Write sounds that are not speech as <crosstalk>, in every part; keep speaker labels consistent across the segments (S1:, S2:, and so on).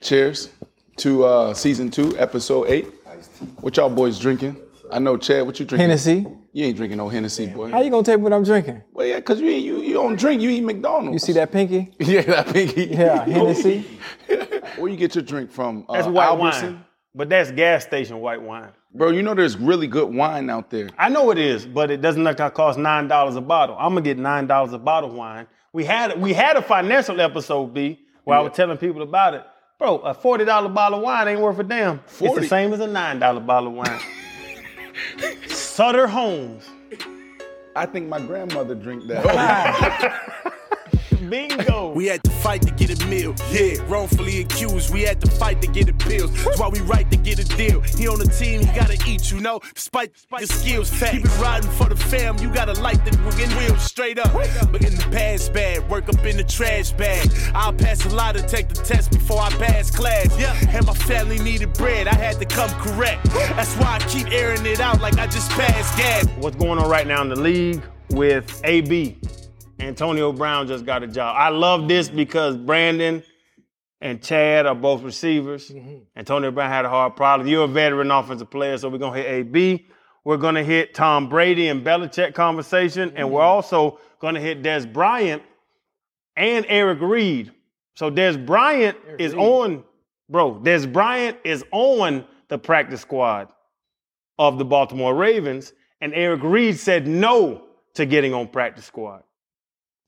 S1: Cheers to uh, season two, episode eight. What y'all boys drinking? I know Chad. What you drinking?
S2: Hennessy.
S1: You ain't drinking no Hennessy, boy.
S2: How you gonna take what I'm drinking?
S1: well, yeah, cause you ain't- you you don't drink. You eat McDonald's.
S2: You see that pinky?
S1: Yeah, that <laughs> pinky.
S2: <laughs> Yeah, <laughs> Hennessy.
S1: Where you get your drink from? Uh,
S3: That's white
S1: Albertson?
S3: wine, but that's gas station white wine.
S1: Bro, you know there's really good wine out there.
S3: I know it is, but it doesn't like I cost nine dollars a bottle. I'm gonna get nine dollars a bottle wine. We had we had a financial episode B where I was telling people about it. Bro, a forty dollar bottle of wine ain't worth a damn.
S1: 40?
S3: It's the same as a nine dollar bottle of wine. Sutter Homes,
S1: I think my grandmother drink that.
S3: bingo.
S4: We had to fight to get a meal. Yeah, wrongfully accused. We had to fight to get the pills. That's why we right to get a deal. He on the team, he gotta eat, you know. Despite the skills, keep it riding for the fam. You gotta light the wing wheels straight up. But in the past bag, work up in the trash bag. I'll pass a lot to take the test before I pass class. Yeah, and my family needed bread. I had to come correct. That's why I keep airing it out like I just passed gas.
S3: what's going on right now in the league with AB. Antonio Brown just got a job. I love this because Brandon and Chad are both receivers. Antonio Brown had a hard problem. You're a veteran offensive player, so we're going to hit AB. We're going to hit Tom Brady and Belichick conversation, and we're also going to hit Des Bryant and Eric Reed. So Des Bryant is on, bro, Des Bryant is on the practice squad of the Baltimore Ravens, and Eric Reed said no to getting on practice squad.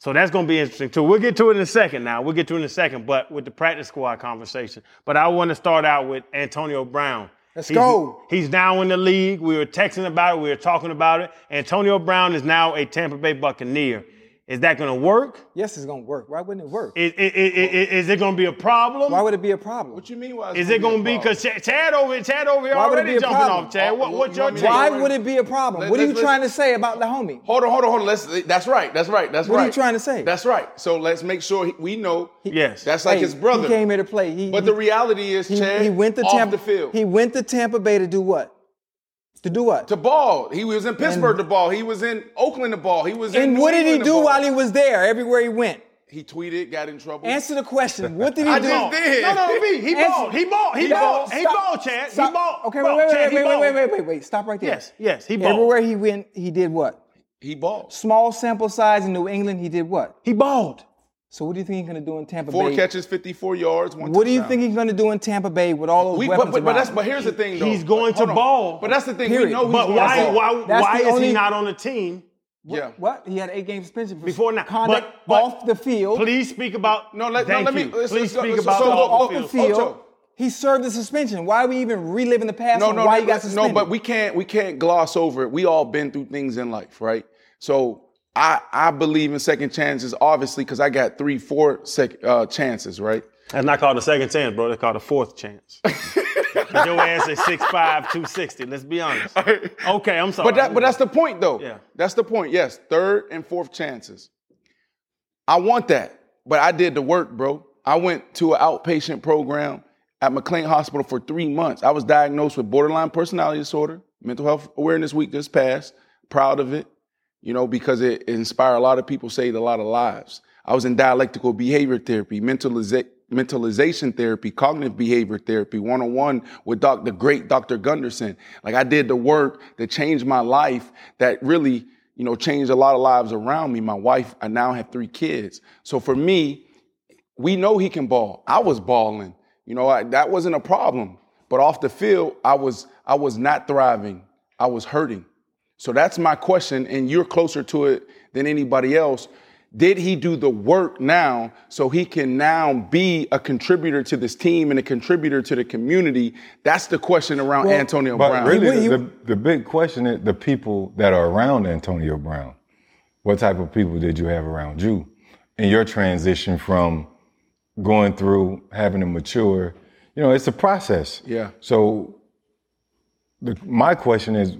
S3: So that's going to be interesting too. We'll get to it in a second now. We'll get to it in a second, but with the practice squad conversation. But I want to start out with Antonio Brown.
S2: Let's
S3: He's-
S2: go.
S3: He's now in the league. We were texting about it. We were talking about it. Antonio Brown is now a Tampa Bay Buccaneer. Is that going to work?
S2: Yes, it's gonna work. Why wouldn't it work?
S3: Is, is, is, is it going to be a problem?
S2: Why would it be a problem?
S1: what you mean? Why
S3: is it going to be
S1: a
S3: because Chad over Chad over here
S2: Why would it
S3: already
S2: be a
S3: jumping
S2: problem?
S3: off? Chad, what,
S1: Oh,
S3: what's
S1: you
S3: your
S1: want me to-
S3: take?
S2: Why would it be a problem?
S1: Let-
S2: What are you
S1: let's- let's-
S2: trying to say about the homie?
S1: Hold on, hold on, hold on. Let's. That's right. That's right. That's
S2: What
S1: right.
S2: are you trying to say?
S1: That's right. So let's make sure he- we know.
S3: Yes.
S1: That's like
S2: Hey,
S1: his brother.
S2: He came here to play. He,
S1: but
S2: he-
S1: the reality is,
S2: he,
S1: Chad,
S2: he went to
S1: off
S2: Tampa.
S1: the field.
S2: He went to Tampa Bay to do what? To do what?
S1: to ball. He was in Pittsburgh to ball. He was in Oakland to ball. He was in.
S2: and
S1: New
S2: what did he
S1: England to
S2: do
S1: ball.
S2: while he was there? Everywhere he went.
S1: He tweeted, got in trouble.
S2: Answer the question. What did he
S1: I
S2: do?
S1: just did.
S3: No, no, B. <laughs> He
S2: Answer-
S3: balled. He balled. He balled. He
S2: Stop.
S3: balled, Chad.
S2: Stop.
S3: He balled.
S2: Okay,
S3: Bro,
S2: wait, wait,
S3: Chad, he
S2: wait, wait, wait,
S3: balled.
S2: wait, wait, wait. Stop right there.
S3: Yes, yes, he balled.
S2: Everywhere he went, he did what?
S1: he balled.
S2: Small sample size in New England, he did what?
S3: He balled.
S2: So what do you think he's gonna do in Tampa
S1: Four
S2: Bay?
S1: catches, 54 yards. One
S2: What do you
S1: touchdown.
S2: think he's gonna do in Tampa Bay with all those
S1: We,
S2: weapons
S1: but, but, but
S2: around
S1: that's
S2: him?
S1: but here's the thing though.
S3: He's going to
S1: Hold on.
S3: ball.
S1: But that's the thing.
S2: Period.
S1: We know he's
S3: But
S1: going
S3: why?
S1: to ball.
S3: Why?
S2: That's
S3: Why
S2: the
S3: is he
S2: only-
S3: not on the team?
S1: Yeah.
S2: What? He had eight game suspension for
S3: Before now.
S2: conduct
S3: But- but-
S2: off the field.
S3: Please speak about.
S1: No, let- no,
S3: Thank
S1: let me-
S3: you.
S1: let's-
S3: Please
S1: let's go-
S3: speak
S1: let's
S3: about
S1: go
S3: the
S1: off
S3: off
S1: the
S3: the field.
S2: field.
S1: Ocho.
S2: He served the suspension. Why are we even reliving the past?
S1: No,
S2: on
S1: no,
S2: why
S1: no,
S2: he got
S1: no.
S2: suspended?
S1: But we can't we can't gloss over it. We all been through things in life, right? So I I believe in second chances, obviously, because I got three, four sec, uh, chances, right?
S3: That's not called a second chance, bro. That's called a fourth
S1: <laughs>
S3: chance. 'Cause your ass is 6'5", 260. Let's be honest. Okay, I'm sorry.
S1: But that but that's the point though.
S3: Yeah.
S1: That's the point. Yes, third and fourth chances. I want that, but I did the work, bro. I went to an outpatient program at McLean Hospital for three months. I was diagnosed with borderline personality disorder. Mental Health Awareness Week just passed. Proud of it, you know, because it, it inspired a lot of people, saved a lot of lives. I was in dialectical behavior therapy, mentaliza- mentalization therapy, cognitive behavior therapy, one on one with doc- the great Dr. Gunderson. Like I did the work that changed my life that really you know, changed a lot of lives around me. My wife, I now have three kids. So for me, we know he can ball. I was balling. You know, I, that wasn't a problem. But off the field, I was I was not thriving. I was hurting. So that's my question, and you're closer to it than anybody else. Did he do the work now so he can now be a contributor to this team and a contributor to the community? That's the question around
S2: Well,
S1: Antonio
S5: But
S1: Brown.
S5: really,
S2: He- he-
S5: the, the, the big question is the people that are around Antonio Brown. What type of people did you have around you in your transition from going through, having to mature. You know, it's a process.
S1: Yeah.
S5: So the, my question is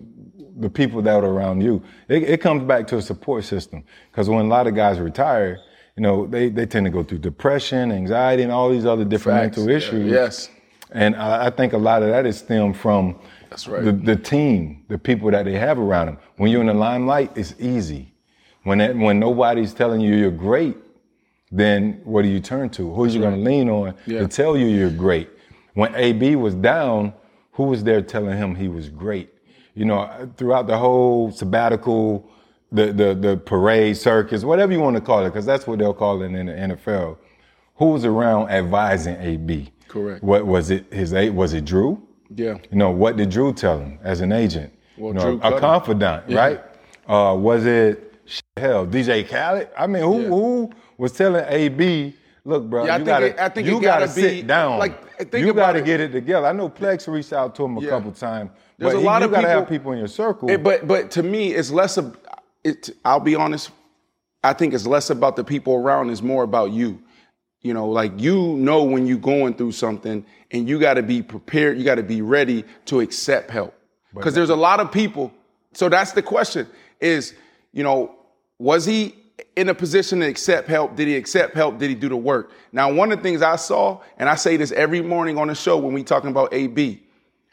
S5: the people that are around you. It, it comes back to a support system because when a lot of guys retire, you know, they, they tend to go through depression, anxiety, and all these other different mental issues.
S1: Yes.
S5: And I, I think a lot of that is stemmed from
S1: That's right.
S5: the, the team, the people that they have around them. When you're in the limelight, it's easy. When that, when nobody's telling you you're great, then what do you turn to? Who's you going to lean on
S1: Yeah.
S5: to tell you you're great? When AB was down, who was there telling him he was great? You know, throughout the whole sabbatical, the the the parade, circus, whatever you want to call it, because that's what they'll call it in the NFL. Who was around advising AB?
S1: Correct.
S5: What was it? His A was it Drew?
S1: Yeah.
S5: You know, what did Drew tell him as an agent?
S1: Well,
S5: you know,
S1: Drew cut
S5: a,
S1: him.
S5: confidant,
S1: Yeah.
S5: right? Uh, was it shit, hell DJ Khaled? I mean, who
S1: Yeah.
S5: who was telling AB? Look, bro,
S1: Yeah, I
S5: you
S1: think
S5: gotta,
S1: it- I think
S5: you
S1: it gotta
S5: gotta
S1: be-
S5: sit down.
S1: like, think
S5: you
S1: about
S5: gotta
S1: it.
S5: get it together. I know Plex reached out to him a
S1: Yeah.
S5: couple times.
S1: There's
S5: but
S1: a
S5: he-
S1: lot
S5: you
S1: of
S5: gotta have
S1: people-
S5: people in your circle.
S1: It- but but to me, it's less of it. I'll be honest. I think it's less about the people around. It's more about you. You know, like you know when you're going through something, and you got to be prepared. You got to be ready to accept help because there's a lot of people. So that's the question: is you know, was he in a position to accept help? Did he accept help? Did he do the work? Now, one of the things I saw, and I say this every morning on the show when we talking about AB,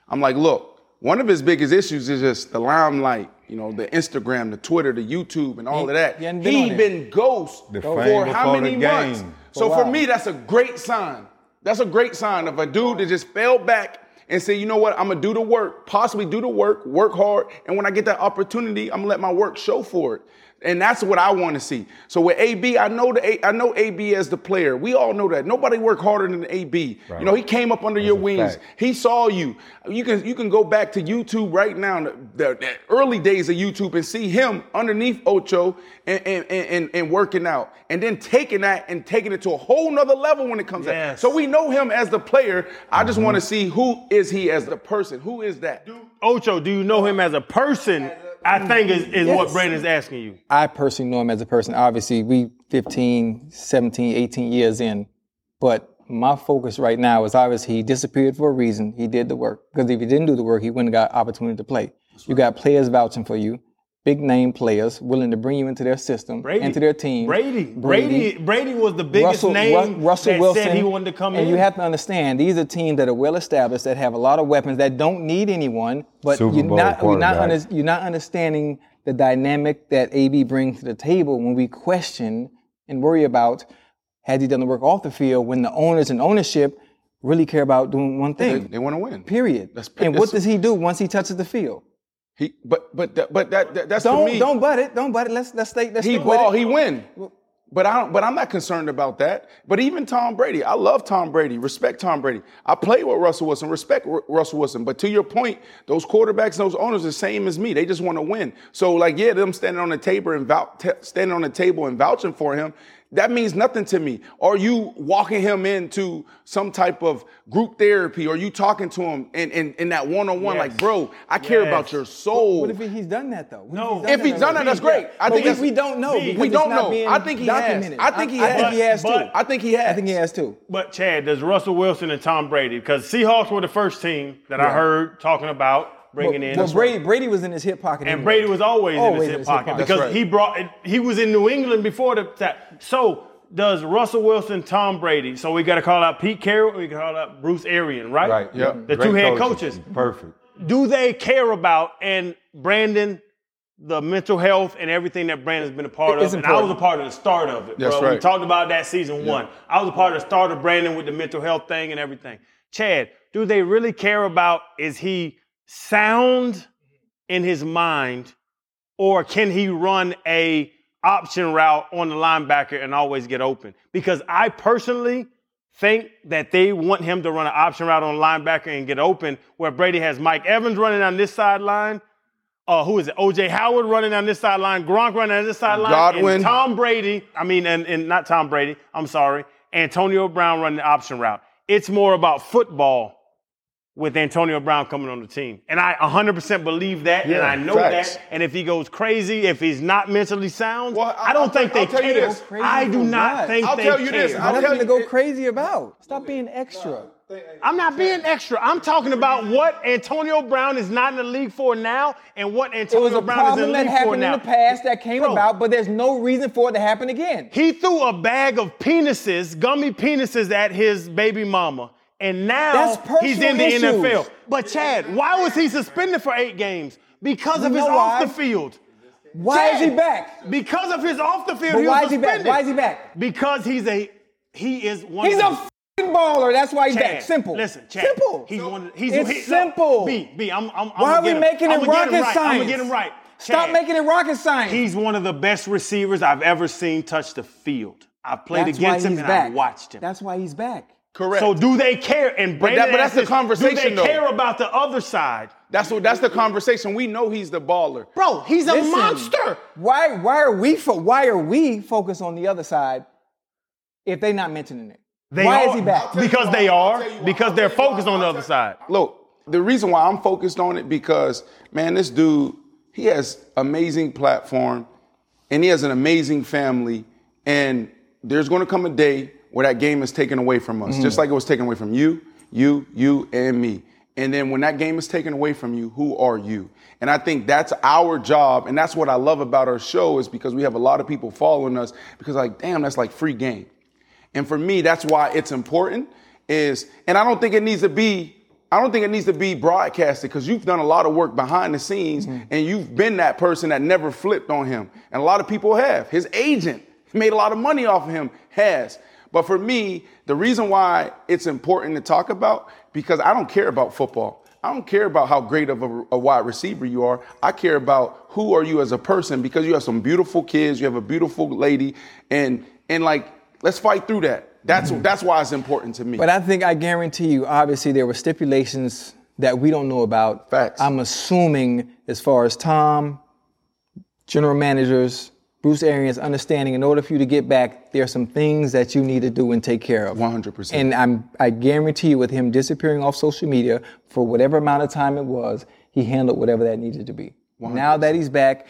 S1: I'm like, look, one of his biggest issues is just the limelight, you know, the Instagram, the Twitter, the YouTube, and all of that.
S2: he hadn't been
S1: he
S2: on it.
S1: been ghost
S5: The
S1: for
S5: fame
S1: how
S5: before
S1: many
S5: the
S1: months?
S5: game.
S1: So
S2: For a
S1: for
S2: while.
S1: me, that's a great sign. That's a great sign of a dude that just fell back and said, you know what, I'm gonna do the work, possibly do the work, work hard, and when I get that opportunity, I'm gonna let my work show for it. And that's what I want to see. So with AB, I know the A- I know AB as the player. We all know that nobody worked harder than AB. You know, he came up under your
S5: a
S1: wings.
S5: fact.
S1: He saw you. You can you can go back to YouTube right now, the, the- the early days of YouTube, and see him underneath Ocho and and, and, and- and working out, and then taking that and taking it to a whole nother level when it comes to that.
S3: Yes.
S1: So we know him as the player. I just want to see who is he as the person. Who is that?
S3: Ocho, do you know him as a person? I think is, is what
S2: Yes.
S3: Brandon's asking you.
S2: I personally know him as a person. Obviously, we 15, 17, 18 years in, but my focus right now is obviously he disappeared for a reason. He did the work because if he didn't do the work, he wouldn't have got opportunity to play. You got players vouching for you, big name players willing to bring you into their system,
S3: Brady.
S2: into their team.
S3: Brady. Brady. Brady. was the biggest
S2: Russell,
S3: name
S2: Ru- Russell
S3: that
S2: Wilson.
S3: said he wanted to come
S2: and
S3: in.
S2: you have to understand, these are teams that are well established, that have a lot of weapons, that don't need anyone. But
S5: Super
S2: you're
S5: Bowl
S2: not, you're not,
S5: quarterback.
S2: under- you're not understanding the dynamic that AB brings to the table when we question and worry about has he done the work off the field when the owners and ownership really care about doing one
S1: They,
S2: thing.
S1: they want to win.
S2: Period.
S1: That's-
S2: and
S1: that's-
S2: what does he do once he touches the field?
S1: He, but but that- but that, that- that's
S2: Don't
S1: to me.
S2: don't butt it. Don't butt it. Let's let's stay. Let's
S1: he
S2: stick with
S1: ball,
S2: it.
S1: he win. But I don't, but I'm not concerned about that. But even Tom Brady, I love Tom Brady, respect Tom Brady. I play with Russell Wilson, respect Ru- Russell Wilson. But to your point, those quarterbacks, those owners, the same as me. They just want to win. So like, yeah, them standing on the table and vou- t- standing on the table and vouching for him, that means nothing to me. Are you walking him into some type of group therapy? Are you talking to him in in, in that one on one?
S3: Yes.
S1: Like, bro, I care
S3: Yes.
S1: about your soul.
S2: What if he- he's done that though? What
S3: No.
S1: If he's done that, that's great. I
S2: But
S1: think
S2: we,
S1: that's-
S2: we don't know.
S3: We
S2: because
S1: We
S2: it's
S1: don't
S2: not
S1: know.
S2: being
S1: I think he has.
S2: documented.
S1: I think he
S2: I,
S1: has.
S2: I think he has
S3: But-
S2: too.
S1: I think he has.
S2: I think he has too.
S3: But Chad, there's Russell Wilson and Tom Brady because Seahawks were the first team that I heard talking about bringing in.
S2: Well, Brady, Brady was in his hip pocket.
S3: and
S2: anyway.
S3: Brady was always,
S2: Always
S3: in his hip pocket,
S2: That's
S3: because
S1: right.
S3: he brought it, he was in New England before the that. So does Russell Wilson, Tom Brady. So we got to call out Pete Carroll. We got to call out Bruce Arian, right?
S5: right.
S1: Yeah.
S5: Yep.
S3: The
S5: Great
S3: two head coaches.
S5: Perfect.
S3: Do they care about and Brandon? The mental health and everything that Brandon's been a part
S2: It's
S3: of, and I was
S2: important.
S3: a part of the start of it.
S1: That's
S3: bro. We
S1: right.
S3: talked about that season one. I was a part of the start of Brandon with the mental health thing and everything. Chad, do they really care about is he sound in his mind, or can he run a option route on the linebacker and always get open? Because I personally think that they want him to run an option route on linebacker and get open, where Brady has Mike Evans running on this sideline. Uh, who is it? OJ Howard running on this sideline, Gronk running on this sideline,
S1: Godwin.
S3: and Tom Brady. I mean, and, and not Tom Brady. I'm sorry, Antonio Brown running the option route. It's more about football with Antonio Brown coming on the team. And I 100% believe that, and
S1: Yeah,
S3: I know
S1: facts.
S3: that. And if he goes crazy, if he's not mentally sound,
S1: Well,
S3: I,
S1: I-
S3: don't
S1: I'll
S3: think
S1: tell-
S3: they
S1: I'll tell you
S3: care.
S1: this.
S2: Crazy
S3: I do
S2: for
S3: not
S2: what?
S3: think
S1: I'll
S3: they
S1: tell you this.
S3: care.
S1: I'll tell
S2: Nothing
S1: you-
S2: to go
S1: it-
S2: crazy about. Stop being extra.
S3: I'm not being extra. I'm talking about what Antonio Brown is not in the league for now and what
S2: It was
S3: Antonio
S2: a
S3: Brown is in
S2: problem
S3: the
S2: that
S3: league for
S2: happened in
S3: now.
S2: the past that came
S3: Bro.
S2: about, but there's no reason for it to happen again.
S3: He threw a bag of penises, gummy penises, at his baby mama. And now
S2: That's personal
S3: he's in the
S2: issues.
S3: NFL. But Chad, why was he suspended for eight games? Because of
S2: You
S3: his
S2: know
S3: off
S2: why?
S3: the field.
S2: Why is he
S3: Chad,
S2: back?
S3: Because of his off the field.
S2: But
S3: he
S2: why
S3: was
S2: is he back?
S3: suspended.
S2: Why is he back?
S3: Because he's a he is one.
S2: He's
S3: of
S2: a
S3: the-
S2: fing baller. That's why he's
S3: Chad,
S2: back. Simple.
S3: Listen, Chad.
S2: Simple.
S3: He's one. of- He's
S2: it's
S3: he- no,
S2: simple.
S3: B, B. I'm. I'm
S2: Why
S3: I'm
S2: are we making it rocket science?
S3: I'm gonna get him right.
S2: Stop
S3: Chad,
S2: making it rocket science.
S3: He's one of the best receivers I've ever seen touch the field. I've played
S2: That's why
S3: against him
S2: he's
S3: and
S2: back.
S3: I've watched him.
S2: That's why he's back.
S1: Correct.
S3: So do they care? And
S1: But
S3: Brandon,
S1: that- but that's
S3: asked
S1: the
S3: this, Do
S1: conversation,
S3: they
S1: though.
S3: care about the other side?
S1: that's what that's the conversation. We know he's the baller.
S3: Bro, he's a
S2: Listen,
S3: monster.
S2: Why? Why are we? Fo- why are we focused on the other side if they're not mentioning it?
S3: They
S2: why
S3: are,
S2: is he back?
S3: Because they are. Because they're focused on the other side.
S1: Look, the reason why I'm focused on it because man, this dude, he has amazing platform and he has an amazing family and there's going to come a day where that game is taken away from us, just like it was taken away from you, you, you and me. And then when that game is taken away from you, who are you? And I think that's our job and that's what I love about our show is because we have a lot of people following us because like damn, that's like free game. And for me, that's why it's important is, and I don't think it needs to be, I don't think it needs to be broadcasted because you've done a lot of work behind the scenes and you've been that person that never flipped on him. And a lot of people have. His agent made a lot of money off of him, has. But for me, the reason why it's important to talk about, because I don't care about football. I don't care about how great of a, a wide receiver you are. I care about who are you as a person because you have some beautiful kids, you have a beautiful lady, and and like let's fight through that. That's that's why it's important to me.
S2: Hmm. But I think I guarantee you, obviously, there were stipulations that we don't know about.
S1: Facts.
S2: I'm assuming, as far as Tom, general managers, Bruce Arians understanding, in order for you to get back, there are some things that you need to do and take care of.
S1: 100%.
S2: And I'm, I guarantee you, with him disappearing off social media for whatever amount of time it was, he handled whatever that needed to be. Now that he's back,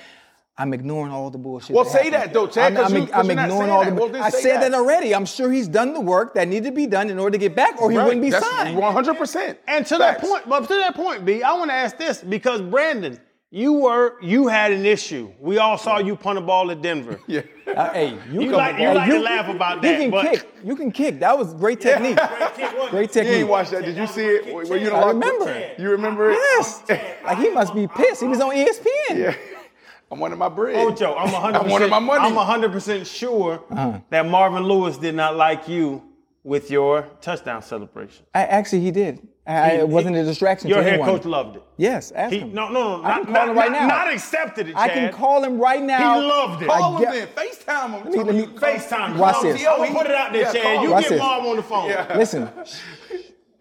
S2: I'm ignoring all the bullshit.
S1: Well, say
S2: happened.
S1: that, though, Chad,
S2: I'm,
S1: 'cause
S2: I'm-
S1: you- 'cause
S2: I'm
S1: you're not
S2: ignoring
S1: saying
S2: all
S1: that.
S2: the.
S1: Well, then
S2: I
S1: say
S2: said
S1: that.
S2: that already. I'm sure he's done the work that needed to be done in order to get back, or he wouldn't be signed.
S1: One hundred percent.
S3: And to that point, but to that point, B, I want to ask this because Brandon, you were you had an issue. We all saw you punt a ball at Denver.
S1: <laughs> yeah.
S2: Uh, hey, you,
S3: You
S2: come
S3: like- you
S2: hey,
S3: like to laugh about
S2: you
S3: that,
S2: can
S3: but-
S2: kick. You can kick. That was great technique.
S3: <laughs>
S2: Great
S1: You ain't
S2: technique.
S1: watched that. Did you see it? Were you in the
S2: I
S1: locker-
S2: remember.
S1: You remember it?
S2: Yes. Like he must be pissed. He was on E ESPN.
S1: Yeah. <laughs> I'm wanting my bread.
S3: Ocho, I'm 100.
S1: I wanted my money.
S3: I'm 100 percent sure that Marvin Lewis did not like you with your touchdown celebration.
S2: I, actually, he did. I,
S3: He-
S2: it wasn't
S3: he-
S2: a distraction
S3: Your
S2: to
S3: head
S2: anyone.
S3: coach loved it.
S2: Yes, ask
S3: He,
S2: him.
S3: no, no, no.
S2: I
S3: not,
S2: can call
S3: not-
S2: him right
S3: not-
S2: now.
S3: Not accepted it.
S2: I can
S3: Chad.
S2: call him right now.
S3: loved it.
S1: Call him
S2: I get-
S1: in. FaceTime him.
S2: me-
S1: Tell him
S2: let
S1: you-
S2: me-
S3: FaceTime.
S2: Watch
S3: Call him.
S2: this.
S3: I'm gonna put it out there,
S1: Yeah,
S3: Chad.
S1: call
S3: You
S1: him.
S3: get
S2: this.
S3: Marv on the phone.
S2: Listen,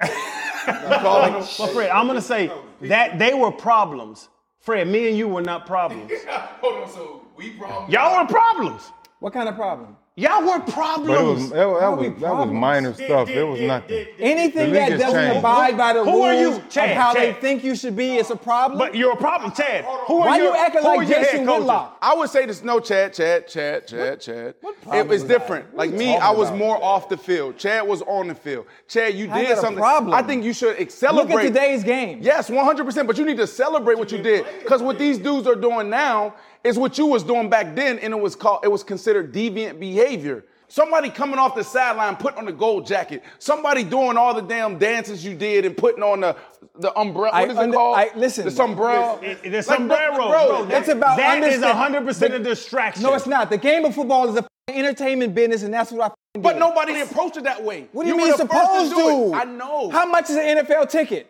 S1: Call him.
S3: But Fred, I'm gonna say that they were problems. Fred, me and you were not problems.
S1: <laughs> Hold on. So we brought.
S3: Y'all were problems.
S2: what kind of problem?
S3: Y'all were
S5: But it was
S3: problems.
S5: that, was- that
S2: we
S5: was that was
S2: problems?
S5: minor stuff. It was nothing.
S2: Anything
S5: The league
S2: that
S5: has
S2: doesn't
S5: changed.
S2: abide by the
S3: Who are you?
S2: rules
S3: Chad,
S2: of how
S3: Chad.
S2: they think you should be is a problem.
S3: But you're a problem, Chad. Who are
S2: Why
S3: your-
S2: you acting
S3: who are
S2: like
S3: your head
S2: Jason
S3: coaches?
S2: Whitlock?
S1: I would say this. No, Chad, Chad, Chad, Chad, Chad.
S2: what
S1: it
S2: problem
S1: was
S2: was that?
S1: different.
S2: What are
S1: Like
S2: you
S1: me,
S2: talking
S1: I was
S2: about?
S1: more off the field. Chad was on the field. Chad, you
S2: I
S1: did
S2: got a
S1: something.
S2: problem.
S1: I think you should
S2: Look
S1: accelerate.
S2: at today's game.
S1: Yes, 100%. But you need to celebrate what you did. Because what these dudes are doing now is what you was doing back then, and it was called it was considered deviant behavior. Somebody coming off the sideline, putting on the gold jacket. Somebody doing all the damn dances you did and putting on the the umbrella.
S2: I
S1: What is it
S2: under-
S1: called?
S2: I- listen.
S1: the sombrero.
S3: It- it- The
S1: Like,
S3: sombrero, bro.
S1: that-
S2: It's about
S3: that is
S2: understand-
S3: 100% a
S2: the-
S3: distraction.
S2: No, it's not. The game of football is a f***ing entertainment business, and that's what I. f***ing
S1: But
S2: did.
S1: nobody approached it that way.
S2: What do you,
S1: were
S2: mean
S1: the first
S2: supposed to?
S1: do it. I know.
S2: How much is an NFL ticket?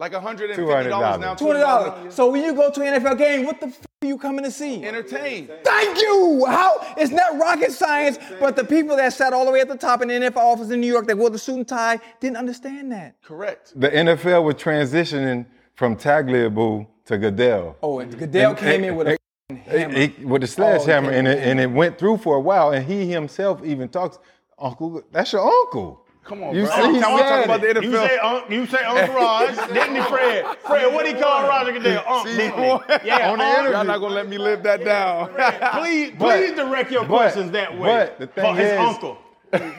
S1: like $150 now.
S5: $200.
S2: Two hundred dollars. So when you go to an NFL game, what the f- are you coming to see?
S1: Entertain.
S2: Thank you. How it's not rocket science, but the people that sat all the way at the top in the NFL office in New York that wore the suit and tie didn't understand that.
S1: Correct.
S5: The NFL was transitioning from Tagliabue to Goodell.
S2: Oh, and Goodell
S5: And-
S2: came in with a
S5: and-
S2: f***ing hammer.
S5: he- with a sledgehammer,
S2: Oh,
S5: and, it, and it went through for a while. And he himself even talks, "Uncle, that's your uncle."
S1: Come on,
S5: You
S1: bro.
S5: see,
S1: Every
S5: he
S1: time we talk
S5: said
S1: about the
S5: it.
S1: NFL,
S3: You say, Unc, you say
S5: <laughs>
S3: Uncle Raj, didn't he, Fred? Fred, what he call Roger Goodell? Unc,
S5: See,
S3: didn't he? Yeah,
S5: <laughs> on the
S3: Unc.
S5: interview.
S1: y'all not gonna let me live that down.
S3: Please,
S5: But-
S3: please direct your
S5: but-
S3: questions that way.
S5: but the thing
S3: for his
S5: is-
S3: uncle.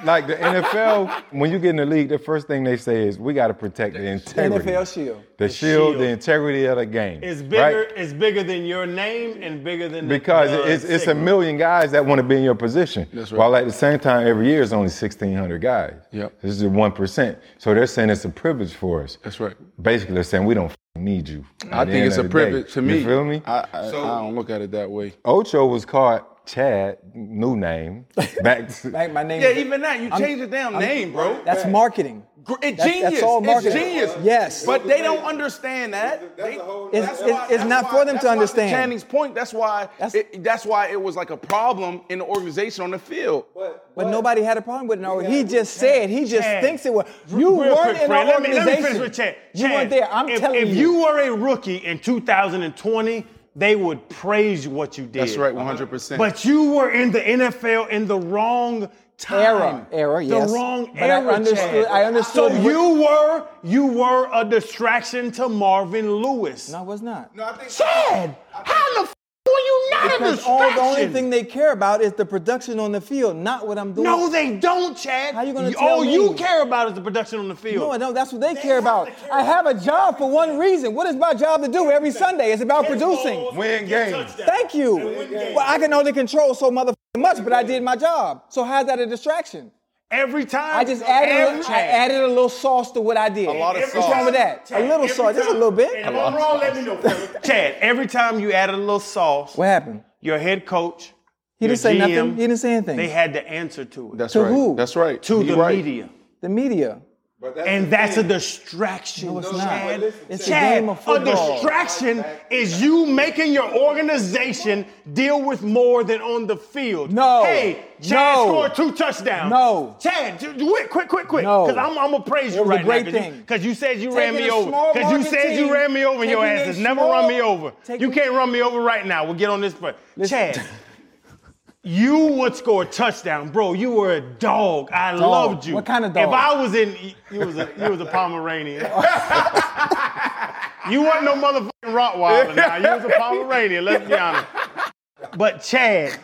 S5: like the NFL, when you get in the league, the first thing they say is we got to protect the integrity,
S2: NFL shield.
S5: the, shield,
S3: shield.
S5: the integrity of the game.
S3: It's bigger.
S5: right?
S3: It's bigger than your name and bigger than the-
S5: because
S3: the
S5: it's it's a
S3: signal.
S5: million guys that want to be in your position.
S1: That's right.
S5: While at the same time, every year it's only sixteen hundred guys.
S1: Yep.
S5: This is one percent. So they're saying it's a privilege for us.
S1: That's right.
S5: Basically, they're saying we don't f***ing need you.
S1: I
S5: At the
S1: think
S5: end
S1: it's
S5: of
S1: a
S5: the
S1: privilege
S5: day.
S1: to me.
S5: You feel me?
S1: I, I, I don't look at it that way.
S5: Ocho was caught Chad,
S3: <laughs>
S5: new name. Back.
S2: Like my name.
S1: Yeah,
S2: is-
S1: even that you
S2: I'm-
S1: change the damn
S2: I'm-
S1: name, bro.
S2: That's marketing.
S1: Gr- It's
S2: that's- that's
S1: genius.
S2: all marketing.
S1: It's genius.
S2: Yes.
S1: But they don't understand that. They-
S2: It's-
S1: that's
S2: it's-
S1: why-
S2: it's
S1: that's
S2: not
S1: why-
S2: for them
S1: that's
S2: to
S1: why
S2: understand.
S1: Channing's point. That's why.
S2: That's-
S1: it, that's why it was like a problem in the organization on the field.
S2: But nobody had a problem with it. No, he just said he just
S3: Chad,
S2: thinks it was. You
S3: Real
S2: weren't
S3: quick,
S2: in
S3: Fred,
S2: our
S3: let me, let
S2: organization.
S3: me finish with Chad.
S2: You weren't
S3: Chad,
S2: there. I'm
S3: if,
S2: telling
S3: if you. were a rookie in 2020, they would praise what you did.
S1: That's right, 100%.
S3: But you were in the NFL in the wrong time.
S2: Era, era,
S3: The
S2: yes.
S3: wrong
S2: But I
S3: era.
S2: understood-
S3: Chad.
S2: I understood
S3: So
S2: what-
S3: you were you were a distraction to Marvin Lewis.
S2: No, I was not.
S3: Chad, how in the f- were you not a
S2: Because
S3: distraction?
S2: all the only thing they care about is the production on the field, not what I'm doing.
S3: no, they don't, Chad.
S2: How you gonna tell
S3: All you
S2: me?
S3: care about is the production on the field.
S2: No, no, that's what they, care
S3: have
S2: about.
S3: to care
S2: I have a job for one reason. What is my job to do every Sunday? It's about producing.
S5: Win games.
S2: Thank you.
S3: And win games.
S2: Well, I can only control so motherfucking much, but I did my job. So how's that a distraction?
S3: Every time.
S2: I just added,
S3: Every
S2: a, I added a little sauce to what I did. A
S1: lot of
S3: Every
S1: sauce.
S2: What's wrong with that?
S3: Chad,
S2: a little
S3: every
S2: sauce, just a
S3: time-
S2: little bit.
S3: And if I'm wrong, let me know. fella. <laughs> Chad, every time you added a little sauce,
S2: What happened?
S3: your head coach,
S2: He
S3: your
S2: didn't say
S3: GM,
S2: nothing. He didn't say anything.
S3: They had to answer to it.
S1: That's
S2: To
S1: right.
S2: who?
S1: That's right.
S3: to
S1: He
S3: the
S1: right.
S3: media.
S2: the media.
S3: And that's a distraction,
S2: No, it's not.
S3: Chad.
S2: It's a
S3: Chad,
S2: game of football.
S3: distraction is you making your organization deal with more than on the field.
S2: No.
S3: Hey, Chad
S2: No.
S3: scored two touchdowns.
S2: No.
S3: Chad, do- do it quick, quick, quick.
S2: No.
S3: Because I'm, I'm going to praise you
S2: It was a
S3: right
S2: great
S3: now.
S2: thing.
S3: Because you, said you ran
S2: Taking
S3: me
S2: a
S3: over.
S2: small
S3: Because you
S2: market
S3: said
S2: team,
S3: you ran me over and your
S2: taking
S3: ass
S2: a
S3: has never
S2: small-
S3: run me over.
S2: taking-
S3: you can't run me over right now. We'll get on this. But
S2: Listen-
S3: Chad. You would score a touchdown, bro. You were a dog. I loved you.
S2: What kind of
S3: If
S2: dog?
S3: I was in, you was a, you was a Pomeranian. you wasn't no motherfucking Rottweiler. Now you was a Pomeranian. Let's be honest. But Chad,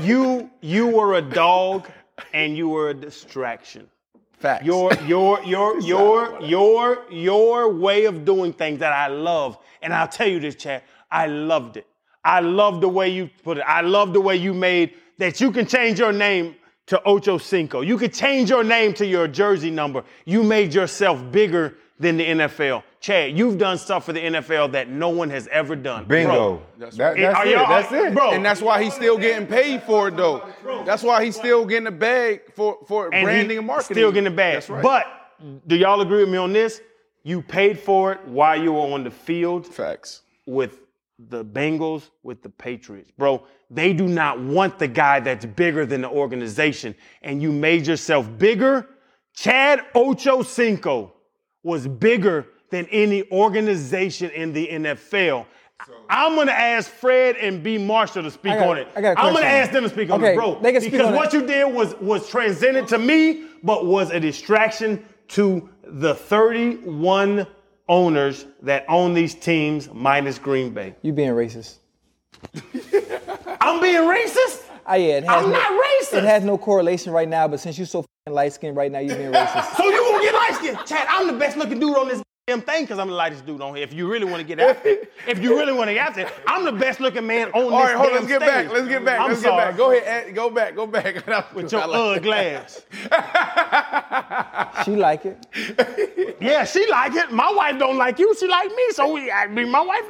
S3: you you were a dog, and you were a distraction.
S1: Facts.
S3: Your your your your your your way of doing things that I love, and I'll tell you this, Chad. I loved it. I loved the way you put it. I loved the way you made that. You can change your name to Ocho Cinco. You could change your name to your jersey number. You made yourself bigger than the NFL, Chad. You've done stuff for the NFL that no one has ever done. Bro,
S5: Bingo. That- that's
S3: are
S5: it.
S3: y'all-
S5: That's it.
S3: Bro,
S1: and that's why he's still getting paid for it though. That's why he's still getting a bag for for
S3: and
S1: branding
S3: he
S1: and marketing.
S3: Still getting the bag.
S1: That's right.
S3: But do y'all agree with me on this? You paid for it while you were on the field
S1: facts.
S3: with the Bengals, with the Patriots. Bro, they do not want the guy that's bigger than the organization. And you made yourself bigger. Chad Ocho Cinco was bigger than any organization in the NFL. I'm gonna ask Fred and B. Marshall to speak
S2: I got-
S3: on it.
S2: I got a
S3: am gonna
S2: question.
S3: ask them to speak on
S2: Okay,
S3: it, bro.
S2: they can speak
S3: because
S2: on it.
S3: what you did was was transcended to me, but was a distraction to the 31 owners that own these teams minus Green Bay.
S2: You being racist.
S3: I'm being racist.
S2: I Ah, yeah, it has
S3: I'm
S2: no,
S3: not racist.
S2: It has no correlation right now, but since you're so fing light skinned right now, you're being
S3: <laughs>
S2: racist.
S3: So you gonna get
S1: <laughs>
S3: light skinned, Chad? I'm the best looking dude on this damn thing because I'm the lightest dude on here. If you really want to get after it, if you really want to get after it, I'm the best looking man on this
S1: All right, hold on.
S3: damn
S1: Let's get
S3: stage.
S1: back. Let's get back.
S3: I'm
S1: let's
S3: sorry.
S1: get back. Go ahead. Ed, Go back. Go back. <laughs>
S3: With your uh,
S1: I like
S3: ugly glass.
S2: she like it.
S1: <laughs>
S3: Yeah, she like it. My wife don't like you. She like me. So we, I mean, my wife.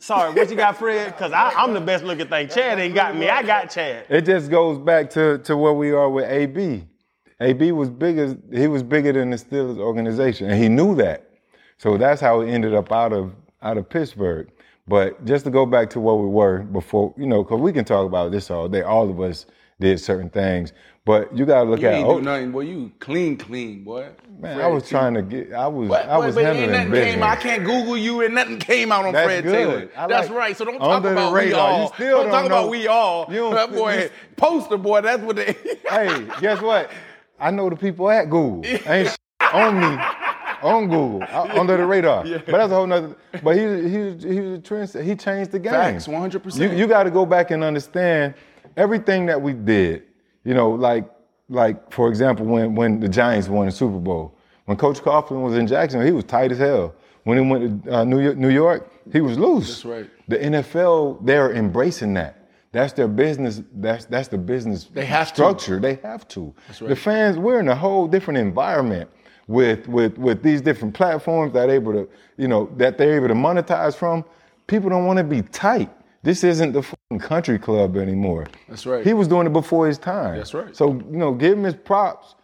S3: Sorry, what you got, Fred? <laughs> Because I'm the best looking thing. Chad ain't got me. I got Chad.
S5: It just goes back to, to where we are with AB. AB was bigger. He was bigger than the Steelers organization, and he knew that. So that's how he ended up out of out of Pittsburgh. But just to go back to where we were before, you know, because we can talk about this all day. All of us did certain things, but you gotta look
S1: You
S5: at.
S1: ain't
S5: oh,
S1: do nothing, boy. You clean, clean, boy.
S5: man, I was trying to get. I was. I was
S1: but
S5: handling
S1: ain't nothing
S5: business.
S1: came. I can't Google you, and nothing came out on
S5: That's
S1: Fred
S5: good.
S1: Taylor.
S5: I
S1: that's
S5: like-
S1: right. So don't talk
S5: Under the
S1: about we
S5: radar. You
S1: all.
S5: still
S1: don't
S5: don't
S1: talk
S5: know.
S1: about we all. <laughs>
S5: You don't-
S1: that boy,
S5: you-
S1: poster boy. That's what they.
S5: hey, guess what? I know the people at Google. Ain't shit on me, on Google, out- under the radar. But that's a whole nother. But he he he was a trendsetter. He changed the game.
S1: Facts, 100%.
S5: You you got to go back and understand everything that we did. You know, like like for example, when when the Giants won the Super Bowl, when Coach Coughlin was in Jackson, he was tight as hell. When he went to uh, New York, New York, he was loose.
S1: That's right.
S5: The NFL, they're embracing that. That's their business. That's that's the business
S1: They have to.
S5: structure. They have to.
S1: right.
S5: The fans, we're in a whole different environment with with with these different platforms that able to, you know, that they're able to monetize from. People don't want to be tight. This isn't the fucking country club anymore.
S1: That's right.
S5: He was doing it before his time.
S1: That's right.
S5: So you know, give him his props.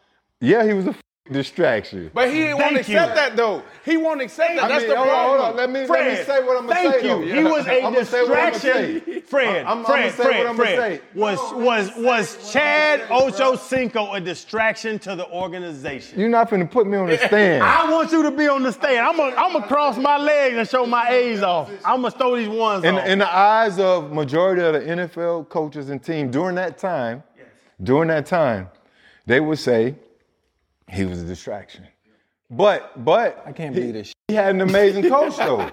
S5: Yeah, he was a fucking distraction.
S1: <laughs> But he won't
S3: Thank
S1: accept
S3: you.
S1: that though. He won't accept that.
S5: I
S1: That's
S5: mean,
S1: the
S5: hold on,
S1: problem.
S5: hold on. Let me let me
S3: Fred,
S5: say what I'm gonna
S3: thank
S5: say.
S3: you.
S5: though.
S3: He was a
S5: I'ma say what I'ma
S3: distraction.
S5: say.
S3: Fred,
S5: I'm- I'ma
S3: Fred,
S5: say what
S3: Fred,
S5: I'ma
S3: Fred.
S5: say.
S3: Was
S5: No, I'ma
S3: was
S5: say what
S3: was
S5: I'ma
S3: Chad
S5: say, bro.
S3: Ochocinco a distraction to the organization?
S5: You're not finna put me on the
S1: <laughs>
S5: stand.
S3: I want you to be on the stand. I'm gonna I'm gonna cross my legs and show my A's off. I'm gonna throw these ones
S5: in,
S3: off.
S5: in the eyes of majority of the NFL coaches and team during that time, during that time, they would say he was a distraction. But but
S2: I can't
S5: he-
S2: believe this. Shit.
S5: He had an
S1: <laughs>
S5: amazing coach though,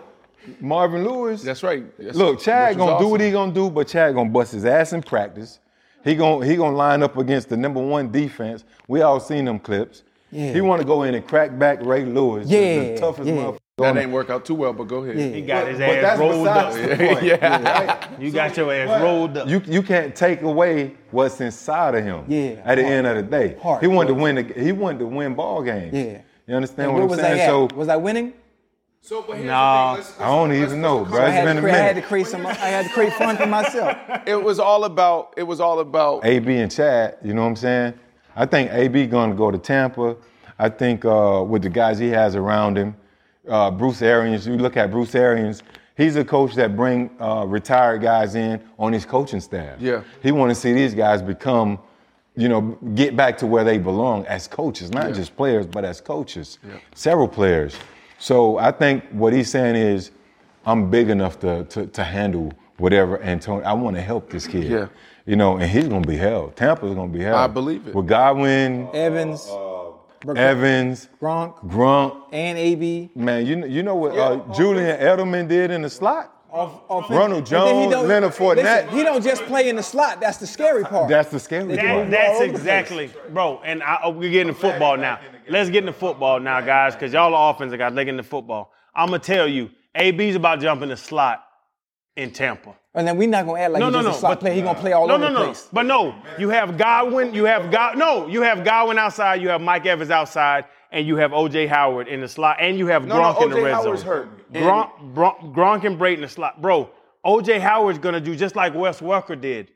S5: Marvin Lewis.
S1: That's right. That's-
S5: Look, Chad
S1: which was
S5: gonna do what
S1: awesome.
S5: he gonna do, but Chad gonna bust his ass in practice. He gonna he gonna line up against the number one defense. We all seen them clips.
S2: Yeah.
S5: He want to go in and crack back Ray Lewis, the- the,
S2: Yeah,
S5: toughest
S2: yeah.
S5: motherfucker.
S1: That
S5: on the
S1: didn't work out too well, but go ahead.
S3: he got his
S5: but
S3: ass
S5: that's
S3: rolled
S5: besides
S3: <laughs> up.
S5: the point. right?
S3: You got your ass
S5: But
S3: rolled up.
S5: You you can't take away what's inside of him.
S2: Yeah,
S5: At the
S2: heart.
S5: end of the day,
S2: Heart,
S5: he wanted to
S2: boy.
S5: win. The, he wanted to win ball games.
S2: Yeah.
S5: You understand
S2: And
S5: what
S2: where
S5: I'm
S2: was
S5: saying?
S2: I at?
S5: So
S2: was I winning?
S6: So, but here's
S3: Nah.
S6: the thing. Let's,
S5: I don't even know, bro.
S2: I
S5: It's
S2: had,
S5: been
S2: to
S5: a
S2: create, I had to
S5: minute.
S2: create some. I had to create fun for myself.
S1: It was all about. It was all about.
S5: AB and Chad. You know what I'm saying? I think AB going to go to Tampa. I think uh, with the guys he has around him, uh, Bruce Arians. You look at Bruce Arians. He's a coach that bring uh, retired guys in on his coaching staff.
S1: Yeah.
S5: He want to see these guys become, you know, get back to where they belong as coaches, not just players, but as coaches. Several players. So I think what he's saying is, I'm big enough to to, to handle whatever Antonio. I want to help this kid.
S1: Yeah.
S5: You know, and he's gonna be held. Tampa's gonna be held.
S1: I believe it.
S5: With Godwin,
S2: Evans,
S5: Evans,
S2: Gronk,
S5: Grunt,
S2: and AB.
S5: man, you know, you know what uh, Julian Edelman did in the slot?
S2: Off, off
S5: Ronald
S2: but then he
S5: Jones,
S2: don't-
S5: Leonard Fournette.
S2: listen, he don't just play in the slot. That's the scary part.
S5: That's the scary
S2: That-
S5: part.
S2: Right.
S3: That, that's
S2: All over the
S3: exactly, bro. And I, oh, we're getting to football now. Let's get into football now, guys, because y'all are offensive guys. Let's get into football. I'm gonna tell you, AB's about jumping the slot in Tampa.
S2: and then we're not gonna act like
S3: No,
S2: he's
S3: no,
S2: just
S3: no,
S2: a slot
S3: but-
S2: player. He gonna play all
S3: No,
S2: over
S3: no,
S2: the
S3: no.
S2: place.
S3: But no, you have Godwin. You have God. No, you have Godwin outside. You have Mike Evans outside, and you have OJ Howard in the slot, and you have
S1: No, no,
S3: Gronk in the
S1: O.J.
S3: red
S1: Howard's
S3: zone.
S1: hurt. And-
S3: Gronk, Gronk, Gronk and Brayton in the slot, bro. OJ Howard's gonna do just like Wes Welker did.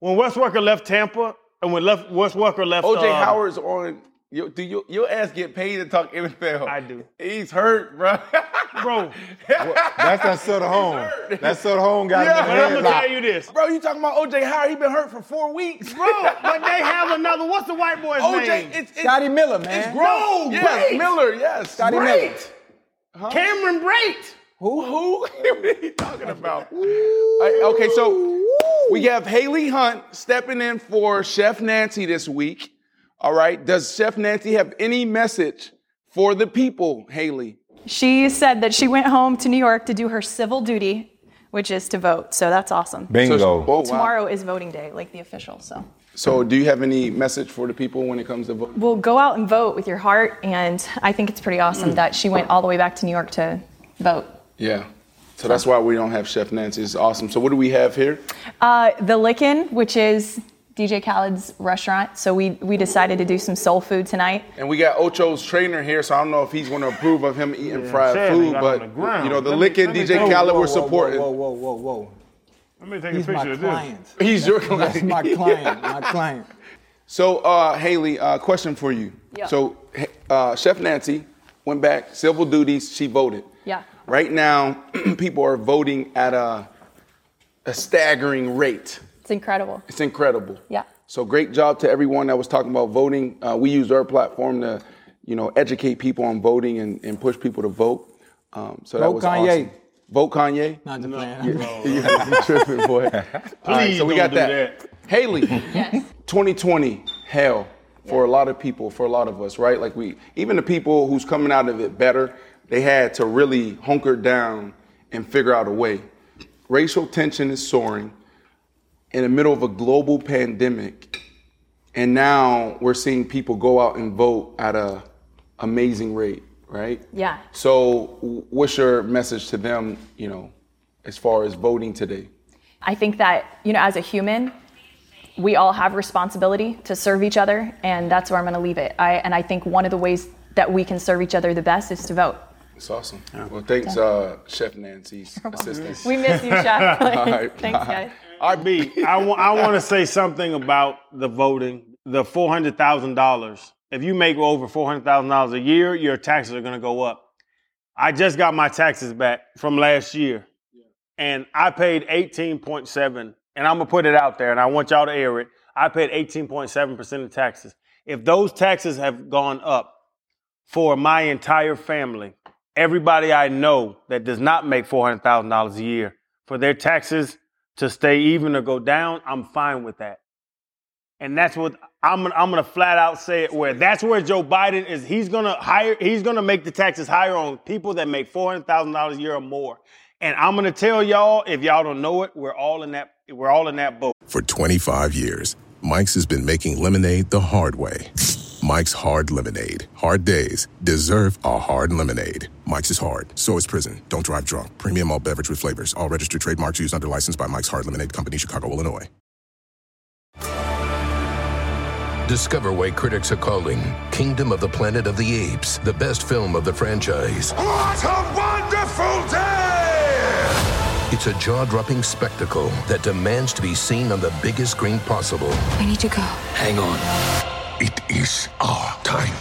S3: When Wes Welker left Tampa, and when left Wes Welker left
S1: OJ
S3: uh,
S1: Howard's on. You, do you, your ass get paid to talk NFL?
S3: I do.
S1: He's hurt, bro. <laughs>
S3: bro.
S5: That's that Sutter
S3: <laughs>
S5: Home. That Sutter Home got
S1: Yeah,
S5: him
S3: But
S5: in
S3: I'm
S5: the
S3: gonna
S5: headlock.
S3: tell you this,
S1: bro, you talking about OJ Howard? He been hurt for four weeks,
S2: <laughs>
S3: bro. But they have another. What's the white boy's name?
S1: OJ, it's, it's
S2: Scotty Miller, man.
S1: It's grown.
S3: No,
S1: yes,
S3: great.
S1: Miller. Yes,
S2: Scotty Miller.
S1: Great.
S3: Cameron Brate.
S1: Who? Who? <laughs> what are you talking about? I- okay, so we have Haley Hunt stepping in for Chef Nancy this week. All right. Does Chef Nancy have any message for the people, Haley?
S7: She said that she went home to New York to do her civil duty, which is to vote. So that's awesome.
S5: Bingo.
S1: So, oh, wow.
S7: Tomorrow is voting day, like the official. So
S1: So, do you have any message for the people when it comes to voting?
S7: we'll go out and vote with your heart. And I think it's pretty awesome that she went all the way back to New York to vote.
S1: Yeah. So that's why we don't have Chef Nancy. It's awesome. So, what do we have here?
S7: Uh, the Lickin', which is DJ Khaled's restaurant. So we, we decided to do some soul food tonight.
S1: And we got Ocho's trainer here, so I don't know if he's going to approve of him eating fried
S3: Chad, he
S1: food,
S3: got
S1: but
S3: on the ground.
S1: you know, the
S3: Let me-
S1: licking
S3: let me
S1: DJ
S3: go.
S1: Khaled
S2: Whoa,
S1: we're
S2: whoa, whoa,
S1: supporting.
S2: Whoa, whoa, whoa, whoa.
S3: Let me take
S2: He's
S3: a picture
S2: my
S3: of this.
S2: client.
S1: He's your client. <laughs>
S2: That's my client. My client.
S1: So, uh, Haley, uh, question for you.
S7: Yeah.
S1: So, h- uh, Chef Nancy went back civil duties. She voted.
S7: Yeah.
S1: Right now, <clears throat> people are voting at a a staggering rate.
S7: It's incredible.
S1: It's incredible.
S7: Yeah.
S1: So great job to everyone that was talking about voting. Uh, we used our platform to, you know, educate people on voting and, and push people to vote. Um, so that
S2: Vote
S1: was
S2: Kanye.
S1: awesome. Vote Kanye.
S2: Not just playing.
S1: <laughs> you tripping, boy. All right, so we got
S3: don't do
S1: that. Haley, 2020, hell. for a lot of people, for a lot of us, right? Like we, even the people who's coming out of it better, they had to really hunker down and figure out a way. Racial tension is soaring in the middle of a global pandemic, and now we're seeing people go out and vote at a amazing rate, right?
S7: Yeah.
S1: So, w- what's your message to them? You know, as far as voting today.
S7: I think that, you know, as a human, we all have responsibility to serve each other, and that's where I'm going to leave it. I, and I think one of the ways that we can serve each other the best is to vote.
S1: It's awesome. Well, thanks, uh, Chef
S7: <laughs>
S1: Nancy's assistant. <laughs>
S7: We miss you, Chef.
S1: All right.
S7: Thanks, guys.
S1: I
S3: B, I want to say something about the voting. The four hundred thousand dollars. If you make over four hundred thousand dollars a year, your taxes are going to go up. I just got my taxes back from last year, and I paid eighteen point seven. And I'm gonna put it out there, and I want y'all to air it. I paid eighteen point seven percent of taxes. If those taxes have gone up for my entire family, everybody I know that does not make four hundred thousand dollars a year, for their taxes to stay even or go down, I'm fine with that. And that's what I'm gonna, I'm gonna flat out say it where that's where Joe Biden is. He's gonna hire. He's gonna make the taxes higher on people that make four hundred thousand dollars a year or more. And I'm gonna tell y'all if y'all don't know it, we're all in that. We're all in that boat.
S6: For 25 years, Mike's has been making lemonade the hard way. Mike's Hard Lemonade. Hard days deserve a hard lemonade. Mike's is hard, so is prison. Don't drive drunk. Premium all beverage with flavors. All registered trademarks used under license by Mike's Hard Lemonade Company, Chicago, Illinois.
S8: Discover why critics are calling Kingdom of the Planet of the Apes the best film of the franchise.
S9: What a wonderful day!
S8: It's a jaw dropping spectacle that demands to be seen on the biggest screen possible.
S10: I need to go.
S8: Hang on.
S9: It is our time.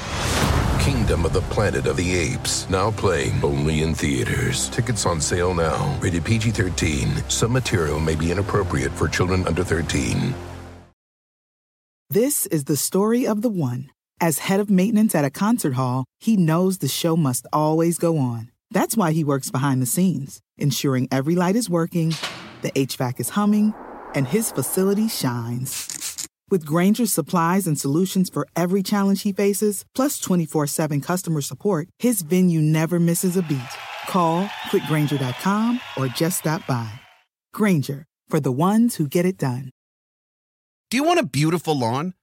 S8: Kingdom of the Planet of the Apes, now playing only in theaters. Tickets on sale now. Rated PG 13. Some material may be inappropriate for children under 13.
S11: This is the story of the one. As head of maintenance at a concert hall, he knows the show must always go on. That's why he works behind the scenes, ensuring every light is working, the HVAC is humming, and his facility shines. With Granger's supplies and solutions for every challenge he faces, plus 24 7 customer support, his venue never misses a beat. Call quickgranger.com or just stop by. Granger, for the ones who get it done.
S12: Do you want a beautiful lawn?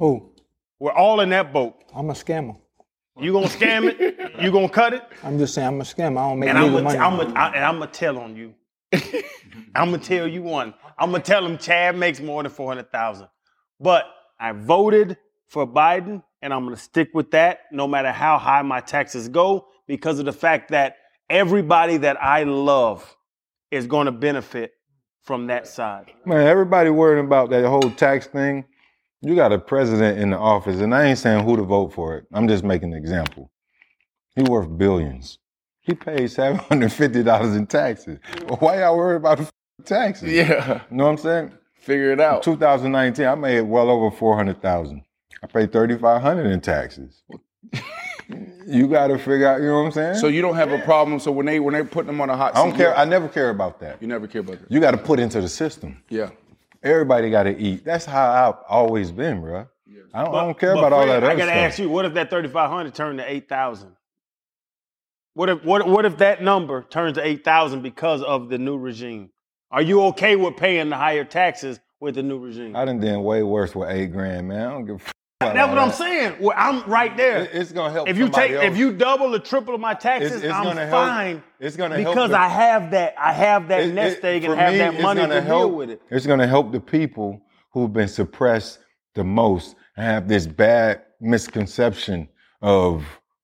S2: Oh,
S3: We're all in that boat.
S2: I'm a scammer.
S3: You gonna scam it? You gonna cut it?
S2: I'm just saying I'm a scammer. I don't make
S3: And I'm
S2: legal money.
S3: gonna, I'm gonna, I, and I'm gonna tell on
S2: <laughs>
S3: you. I'm gonna tell you one. I'm gonna tell him Chad makes more than four hundred thousand. But I voted for Biden, and I'm gonna stick with that, no matter how high my taxes go, because of the fact that everybody that I love is gonna benefit from that side.
S5: Man, everybody worrying about that whole tax thing. You got a president in the office, and I ain't saying who to vote for it. I'm just making an example. He worth billions. He pays seven hundred fifty dollars in taxes. Why y'all worry about the <laughs> f- taxes?
S1: <laughs> Yeah.
S5: you know what I'm saying.
S1: Figure it out.
S5: 2019, I made well over four hundred thousand. I paid thirty five hundred in taxes.
S1: <laughs>
S5: you got to figure out. You know what I'm saying?
S1: So you don't have a problem. So when they when they're putting them on a hot seat,
S5: I don't care.
S1: you-
S5: I never care about that.
S1: you never care about it.
S5: You got to put into the system.
S1: Yeah.
S5: Everybody got to eat. That's how I've always been, bro. I don't, I don't care
S3: But
S5: about all
S3: Fred,
S5: that other
S3: I gotta
S5: stuff.
S3: ask you, what if that 3,500 turned to 8,000? What if what what if that number turns to 8,000 because of the new regime? Are you okay with paying the higher taxes with the new regime?
S5: I done done way worse with eight grand, man. I don't give a f- about
S3: That's what
S5: all
S3: I'm
S5: that.
S3: saying. Well, I'm right there.
S5: It- It's gonna help.
S3: if you
S5: somebody
S3: take
S5: else.
S3: if you double or triple my taxes,
S5: It's- it's
S3: I'm
S5: gonna help-
S3: fine.
S5: it's gonna help
S3: because
S5: the-
S3: I have that I have that
S5: It- it-
S3: nest egg
S5: for
S3: and have
S5: me,
S3: that
S5: it's
S3: money
S5: gonna
S3: to
S5: help,
S3: deal with it.
S5: It's gonna help the people who've been suppressed the most and have this bad misconception of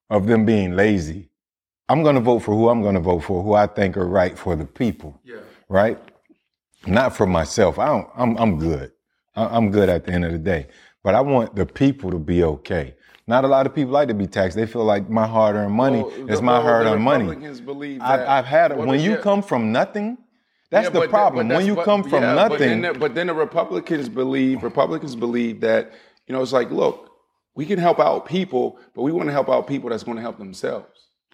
S5: of them being lazy. I'm gonna vote for who I'm gonna vote for, who I think are right for the people. Yeah. Right? Not for myself. I don't I'm I'm good. I- I'm good at the end of the day. But I want the people to be okay. Not a lot of people like to be taxed. They feel like my hard earned money is my hard earned money.
S1: Believe
S5: I've,
S1: that-
S5: I've had it.
S1: Well,
S5: When you
S1: yeah.
S5: come from nothing, that's
S1: Yeah,
S5: the
S1: but
S5: problem.
S1: but
S5: when you
S1: but-
S5: come from
S1: yeah, but then,
S5: nothing,
S1: the, but then the Republicans believe Republicans believe that you know it's like, look, we can help out people, but we want to help out people that's going to help themselves.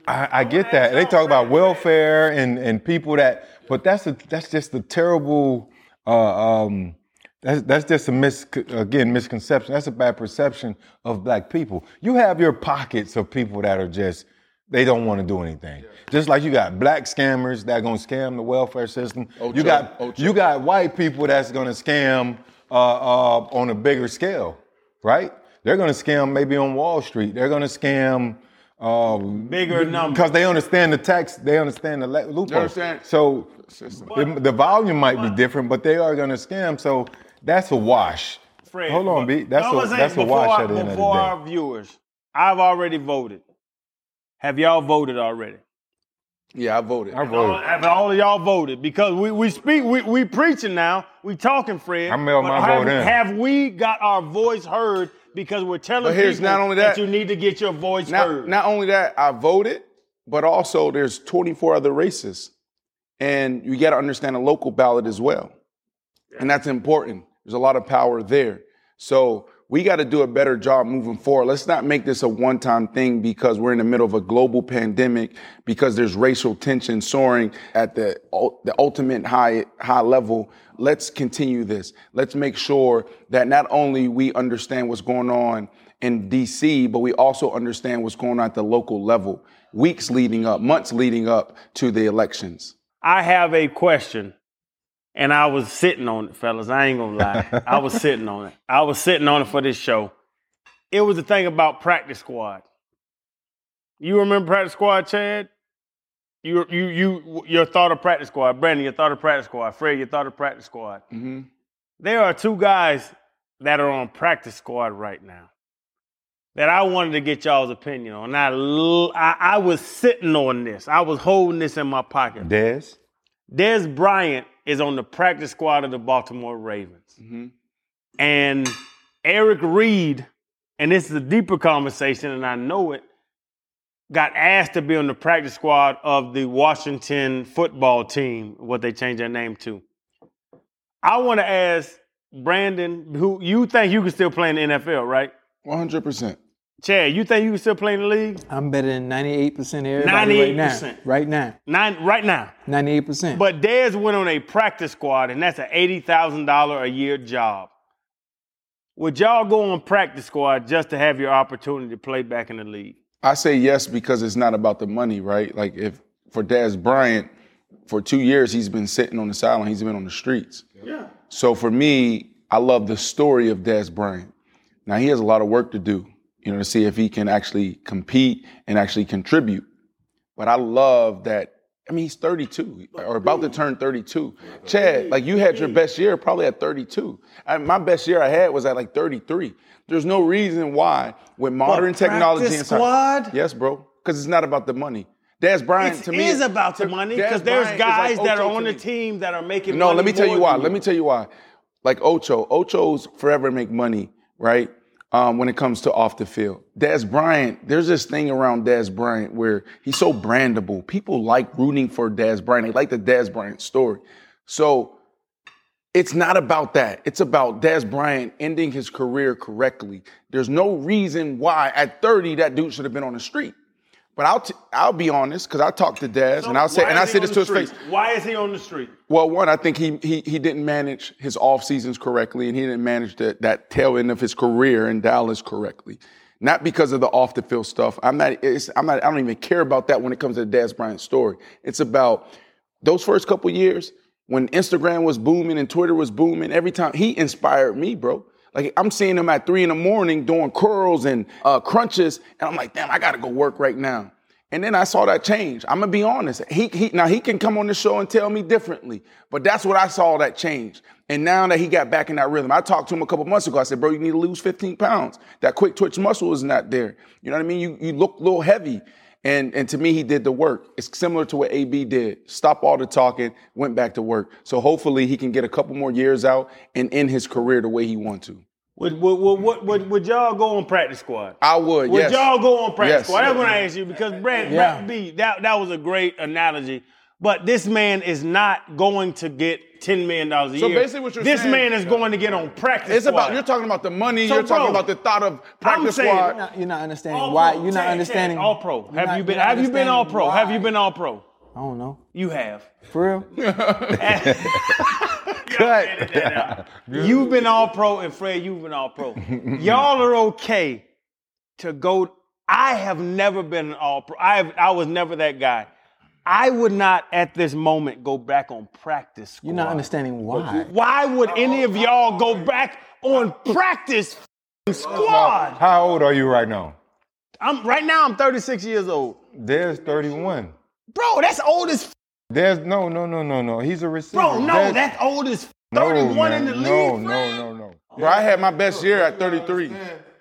S5: I, I get that. They talk about welfare and, and people that, but that's a, that's just a terrible. Uh, um, that's that's just a mis again misconception. That's a bad perception of black people. You have your pockets of people that are just they don't want to do anything. Just like you got black scammers that gonna scam the welfare system.
S1: Ocho,
S5: you got
S1: Ocho.
S5: you got white people that's gonna scam uh, uh, on a bigger scale, right? They're gonna scam maybe on Wall Street. They're gonna scam uh,
S3: Bigger numbers.
S5: because they understand the tax, they understand the le- loophole.
S1: understand?
S5: So the, the volume might be different, but they are going to scam. So that's a wash.
S3: Fred,
S5: Hold on,
S3: but-
S5: B. That's
S3: No, I'm
S5: a
S3: saying
S5: that's a
S3: before
S5: wash
S3: our-
S5: at the end of
S3: Before
S5: the
S3: our viewers, I've already voted. Have y'all voted already?
S1: Yeah, I voted.
S5: day. I voted.
S3: Have all of y'all voted? Because we, we speak, we, we preaching now, we talking, Fred.
S5: I mailed
S3: but
S5: my
S3: have,
S5: vote in.
S3: Have we got our voice heard? Because we're telling
S1: But here's
S3: people
S1: not only that-
S3: you need to get your voice
S1: Not,
S3: heard.
S1: not only that, I voted, but also there's 24 other races, and you got to understand a local ballot as well, and that's important. There's a lot of power there, so we got to do a better job moving forward. Let's not make this a one-time thing because we're in the middle of a global pandemic, because there's racial tension soaring at the ul- the ultimate high high level. Let's continue this. Let's make sure that not only we understand what's going on in DC, but we also understand what's going on at the local level, weeks leading up, months leading up to the elections.
S3: I have a question, and I was sitting on it, fellas. I ain't gonna lie. I was sitting on it. I was sitting on it for this show. It was the thing about practice squad. You remember practice squad, Chad? You, you, you, your thought of practice squad, Brandon. Your thought of practice squad, Fred. Your thought of practice squad. There are two guys that are on practice squad right now that I wanted to get y'all's opinion on. And I, l- I, I was sitting on this. I was holding this in my pocket.
S5: Des,
S3: Des Bryant is on the practice squad of the Baltimore Ravens. And Eric Reed, and this is a deeper conversation, and I know it, got asked to be on the practice squad of the Washington football team, what they changed their name to. I want to ask Brandon, who you think you can still play in the NFL, right?
S1: 100%.
S3: Chad, you think you can still play in the league?
S2: I'm better than 98% of everybody right now.
S3: 98%.
S2: Right now.
S3: Nine, right now.
S2: 98%.
S3: But Dez went on a practice squad, and that's an eighty thousand dollar a year job. Would y'all go on practice squad just to have your opportunity to play back in the league?
S1: I say yes because it's not about the money, right? Like if for Daz Bryant, for two years he's been sitting on the sideline, he's been on the streets. Yeah. So for me, I love the story of Daz Bryant. Now he has a lot of work to do, you know, to see if he can actually compete and actually contribute. But I love that. I mean, he's 32 or about to turn 32. Chad, like you had your best year probably at 32. I, my best year I had was at like 33. There's no reason why with modern technology
S3: practice
S1: and science-
S3: squad?
S1: Yes, bro. Because it's not about the money. Des Bryant
S3: It
S1: to me
S3: is about the money
S1: Dez
S3: because there's
S1: Bryant is
S3: guys
S1: like
S3: that
S1: Ocho
S3: are
S1: to
S3: on the
S1: me.
S3: team that are making.
S1: No,
S3: money
S1: let me tell
S3: more
S1: you why.
S3: than
S1: Let me tell you why. Like Ocho, Ocho's forever make money, right? Um, when it comes to off the field, Des Bryant, there's this thing around Des Bryant where he's so brandable. People like rooting for Des Bryant. They like the Des Bryant story. So it's not about that. It's about Des Bryant ending his career correctly. There's no reason why at 30 that dude should have been on the street. But I'll t- I'll be honest because I talked to Des and I'll say
S3: Why
S1: and
S3: is
S1: I
S3: he
S1: say this
S3: on
S1: to
S3: the
S1: his face.
S3: street? Why is he on the street?
S1: Well, one, I think he he he didn't manage his off seasons correctly, and he didn't manage that that tail end of his career in Dallas correctly. Not because of the off the field stuff. I'm not. It's, I'm not. I don't even care about that when it comes to the Daz Bryant story. It's about those first couple years when Instagram was booming and Twitter was booming. Every time he inspired me, bro. Like I'm seeing him at three in the morning doing curls and uh, crunches, and I'm like, damn, I gotta go work right now. And then I saw that change. I'm gonna be honest. He, he now he can come on the show and tell me differently, but that's what I saw that change. And now that he got back in that rhythm, I talked to him a couple months ago. I said, "Bro, you need to lose 15 pounds. That quick twitch muscle is not there. You know what I mean? You you look a little heavy." And and to me, he did the work. It's similar to what AB did. Stop all the talking, went back to work. So hopefully, he can get a couple more years out and end his career the way he wants to.
S3: Would would, would, would, would, would y'all go on practice squad?
S1: I would.
S3: Would
S1: yes.
S3: y'all go on practice
S1: Yes.
S3: squad? That's what I asked you because Brad,
S1: Yeah.
S3: Brad B, that, that was a great analogy. But this man is not going to get $10 million a year.
S1: So basically what you're
S3: this
S1: saying-
S3: man is going to get on practice
S1: It's
S3: squad.
S1: about you're talking about the money.
S3: So,
S1: you're talking
S3: bro,
S1: about the thought of practice
S3: saying-
S1: squad.
S2: You're not, you're not understanding
S3: All
S2: why.
S3: pro.
S2: You're not
S3: Tag, tag,
S2: understanding.
S3: oh, All pro.
S2: You're
S3: Have
S2: not-
S3: you been?
S2: you're not
S3: Have you been all
S2: understanding
S3: pro? Have
S2: why.
S3: you been all pro?
S2: I don't know.
S3: You have.
S2: For real?
S5: Cut.
S3: <laughs> You've been all pro, and Fred, you've been
S2: <laughs>
S3: all pro. Y'all are okay to go. I have never been an all pro. I have, I was never that guy. I would not at this moment go back on practice. Squad.
S2: You're not understanding why.
S3: Why would any of y'all go back on practice f***ing squad?
S5: How old are you right now?
S3: I'm right now. I'm 36 years old,
S5: There's 31.
S3: bro. That's old as f-
S5: There's no, no, no, no, no. He's a receiver.
S3: bro. No, that's old as f- 31
S5: man.
S3: in the league.
S5: No,
S3: Fred.
S5: no, no, no.
S1: Bro, I had my best year at 33.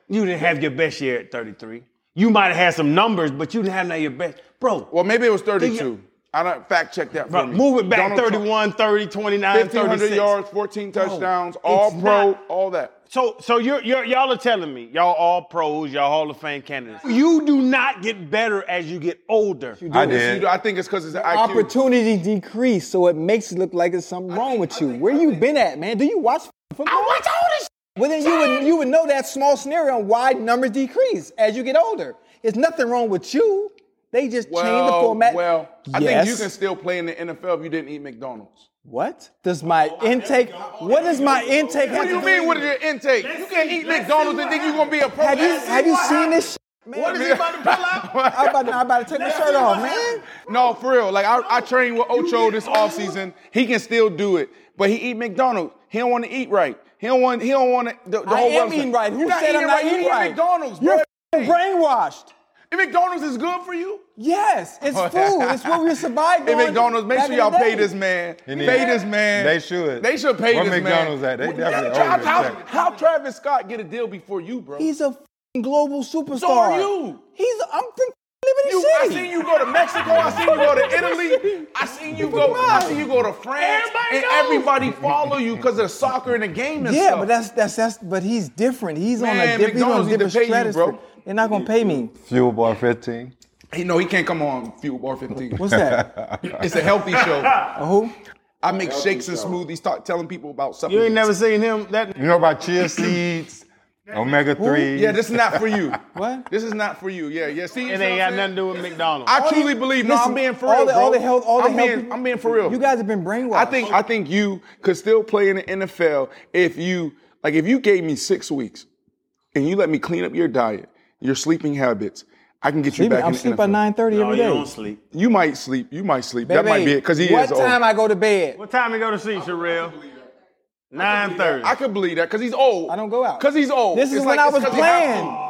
S3: You didn't have your best year at 33. You might have had some numbers, but you didn't have none of your best. Bro,
S1: Well, maybe it was 32. I don't fact check that. For
S3: bro,
S1: me.
S3: move it back
S1: Donald Trump,
S3: 31, 30, 29,
S1: 1500
S3: 36.
S1: yards, 14 touchdowns, all
S3: it's
S1: pro,
S3: not-
S1: all that.
S3: So, so you're, you're, y'all are telling me, y'all all pros, y'all Hall of Fame candidates. You do not get better as you get older.
S5: I
S1: You
S5: did.
S1: do- I think it's because it's an IQ.
S2: Opportunity decrease, so it makes it look like there's something wrong with you. Where you been at, man? Do you watch football?
S3: I watch all this
S2: Well, then you would you would know that small scenario on why numbers decrease as you get older. There's nothing wrong with you. They just change the format.
S1: Well, I
S2: Yes.
S1: think you can still play in the NFL if you didn't eat McDonald's.
S2: What does my
S1: Oh,
S2: intake? What does my intake have
S1: What do you
S2: to
S1: mean? What
S2: with
S1: is your intake? You can't eat McDonald's and think you're gonna be a pro.
S2: Have you
S1: athlete.
S2: have you seen this? Shit, man?
S1: What is he about to pull <laughs> out?
S2: <laughs> I'm about, to, I'm about to take my shirt off, man.
S1: No, for real. Like I, I trained with Ocho this offseason. He can still do it, but he eat McDonald's. He don't want to eat right. He don't want. He don't want to. The, the
S2: I
S1: whole
S2: am
S1: wellness-
S2: eating right. Who
S1: You're
S2: said I'm
S1: eating
S2: not
S1: You
S2: eating right?
S1: McDonald's, bro.
S2: You're f***ing brainwashed.
S1: If McDonald's is good for you.
S2: Yes,
S1: <laughs>
S2: it's food. It's what we survived
S1: Hey,
S2: on.
S1: McDonald's, make
S2: back
S1: sure
S2: in the
S1: y'all pay
S2: day.
S1: this man. Pay
S5: He need-
S1: this man.
S5: They should.
S1: They should pay
S5: Where
S1: this man.
S5: McDonald's at? They
S1: Well,
S5: definitely
S1: how,
S5: owe
S1: how-
S5: respect.
S1: how Travis Scott get a deal before you, bro?
S2: He's a f***ing global superstar.
S1: So are you.
S2: He's. I'm from Liberty
S1: You- I
S2: City.
S1: seen you go to Mexico. I seen you go to Italy. I seen you go. I seen you go to France.
S3: Everybody
S1: and
S3: knows.
S1: everybody follow you because of soccer and the game and
S2: Yeah,
S1: stuff.
S2: but that's that's that's. But he's different. He's on a
S1: Man,
S2: different. He's on a
S1: McDonald's need to
S2: different
S1: pay you, bro.
S2: stratosphere. They're not gonna pay me.
S5: Fuel Bar 15.
S1: he no, he can't come on Fuel Bar 15.
S2: What's that?
S1: <laughs> it's a healthy show.
S2: A who?
S1: I make shakes and smoothies. Start telling people about something.
S3: You ain't never seen him. That
S5: You know about chia
S3: <clears throat>
S5: seeds, omega 3.
S1: Yeah, this is not for you.
S2: What?
S1: This is not for you. Yeah, yeah. See, you
S3: it
S1: see what
S3: ain't got
S1: I'm
S3: nothing to
S1: saying?
S3: do with McDonald's.
S1: I truly believe. No,
S2: listen,
S1: I'm being for
S2: all
S1: real,
S2: the-
S1: bro.
S2: all the health- all the
S1: I'm
S2: health
S1: being,
S2: people-
S1: I'm being for real.
S2: You guys have been brainwashed.
S1: I think I think you could still play in the NFL if you like if you gave me six weeks and you let me clean up your diet, your sleeping habits. I can get you back
S2: I'm
S1: in the
S2: sleep
S1: NFL.
S2: by nine thirty every
S3: you
S2: day.
S3: don't sleep.
S1: You might sleep. You might sleep. that might be it because he
S2: what
S1: is old.
S2: time I go to bed?
S3: What time you go to sleep, Sherelle? 9.30.
S1: I could believe that because he's old.
S2: I don't go out.
S1: because he's old.
S2: This is
S1: It's
S2: when
S1: like-
S2: I
S1: it's
S2: was
S1: 'cause he got
S2: playing.
S1: old.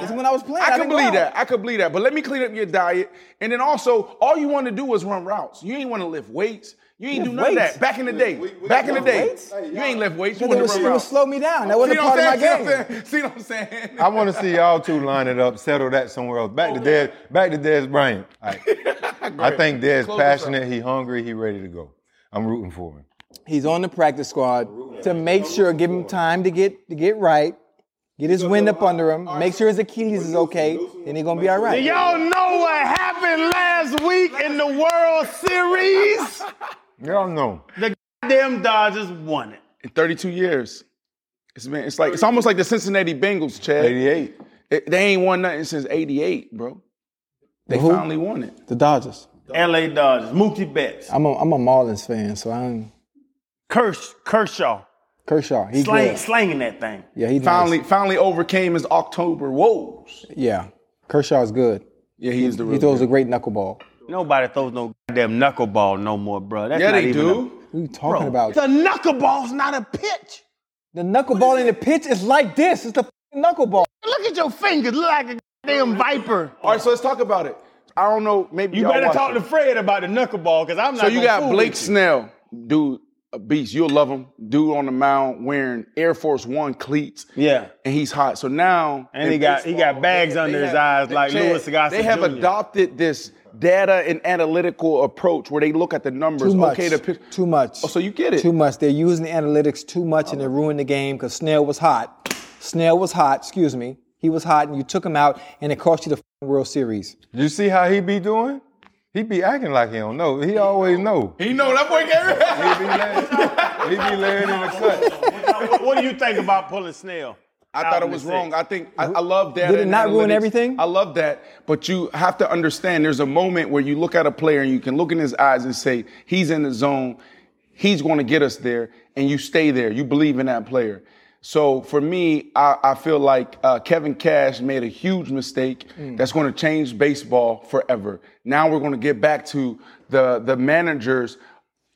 S2: This is when I was playing.
S1: I
S2: didn't
S1: can
S2: go
S1: believe
S2: out.
S1: that. I can believe that. But let me clean up your diet. And then also, all you want to do is run routes. You ain't want to lift weights. You ain't
S2: Lift
S1: do none of
S2: weights?
S1: that. Back in the day. Back in the
S2: lift
S1: day.
S2: weights?
S1: You ain't lift weights. You
S2: But
S1: want to
S2: it was,
S1: run
S2: it would
S1: routes.
S2: slow me down. That wasn't
S1: See
S2: a
S1: what
S2: part of my
S1: I'm saying?
S2: game.
S1: See what I'm saying? See what I'm saying?
S5: I want to see y'all two line it up, settle that somewhere else. Back to Dez, back to Dez Bryant. All right. I think Dez
S1: Close this up.
S5: passionate, he hungry, he ready to go. I'm rooting for him.
S2: He's on the practice squad to make sure, give him time to get to get right, get his wind up under him, make sure his Achilles is okay, then he's gonna be all right.
S3: Y'all know what happened last week in the World Series?
S5: Y'all know.
S3: Damn Dodgers won it.
S1: In 32 years. It's been, it's like it's almost like the Cincinnati Bengals, Chad.
S5: 88.
S1: It- they ain't won nothing since 88, bro. They
S2: Who?
S1: finally won it.
S2: The Dodgers.
S3: LA Dodgers, Mookie Betts,
S2: I'm a I'm a Marlins fan, so I'm
S3: Kersh, Kershaw,
S2: Kershaw. He
S3: slang,
S2: good.
S3: slanging that thing.
S2: Yeah, he nice.
S1: Finally, finally overcame his October woes.
S2: Yeah, Kershaw's good.
S1: Yeah, he is the real
S2: He throws
S1: deal.
S2: a great knuckleball.
S3: Nobody throws no goddamn knuckleball no more, bro. That's
S1: Yeah,
S3: not
S1: they
S3: even
S1: do.
S2: What are you talking about?
S3: A, the knuckleball's not a pitch.
S2: The knuckleball in the pitch is like this. It's the f***ing knuckleball.
S3: Look at your fingers, look like a goddamn viper.
S1: All right, so let's talk about it. I don't know. Maybe
S3: <laughs> You
S1: y'all
S3: better
S1: watch
S3: talk
S1: it.
S3: to Fred about the knuckleball, because I'm not.
S1: So you
S3: gonna
S1: got
S3: fool
S1: Blake
S3: with you.
S1: Snell, dude, a beast. You'll love him. Dude on the mound wearing Air Force One cleats.
S3: Yeah.
S1: And he's hot. So now
S3: And he got- he got bags under his eyes like Louis Gossett
S1: They have
S3: Jr..
S1: adopted this data and analytical approach where they look at the numbers.
S2: Too much.
S1: Okay, the pic-
S2: Too much.
S1: Oh, so you get it.
S2: Too much. They're using the analytics too much and they ruined the game because Snell was hot. Snell was hot, excuse me. He was hot, and you took him out, and it cost you the f***ing World Series.
S5: You see how he be doing? He be acting like he don't know. He always know.
S1: He know that boy gave
S5: me. He be laying in the cut.
S3: what, what do you think about pulling Snell?
S1: I
S3: out
S1: thought
S3: in
S1: it
S3: the
S1: was
S3: sixth?
S1: wrong. I think I, I love that.
S2: Did it not ruin everything?
S1: I love that, but you have to understand. There's a moment where you look at a player and you can look in his eyes and say, "He's in the zone. He's going to get us there," and you stay there. You believe in that player. So for me, I, I feel like uh, Kevin Cash made a huge mistake that's going to change baseball forever. Now we're going to get back to the the managers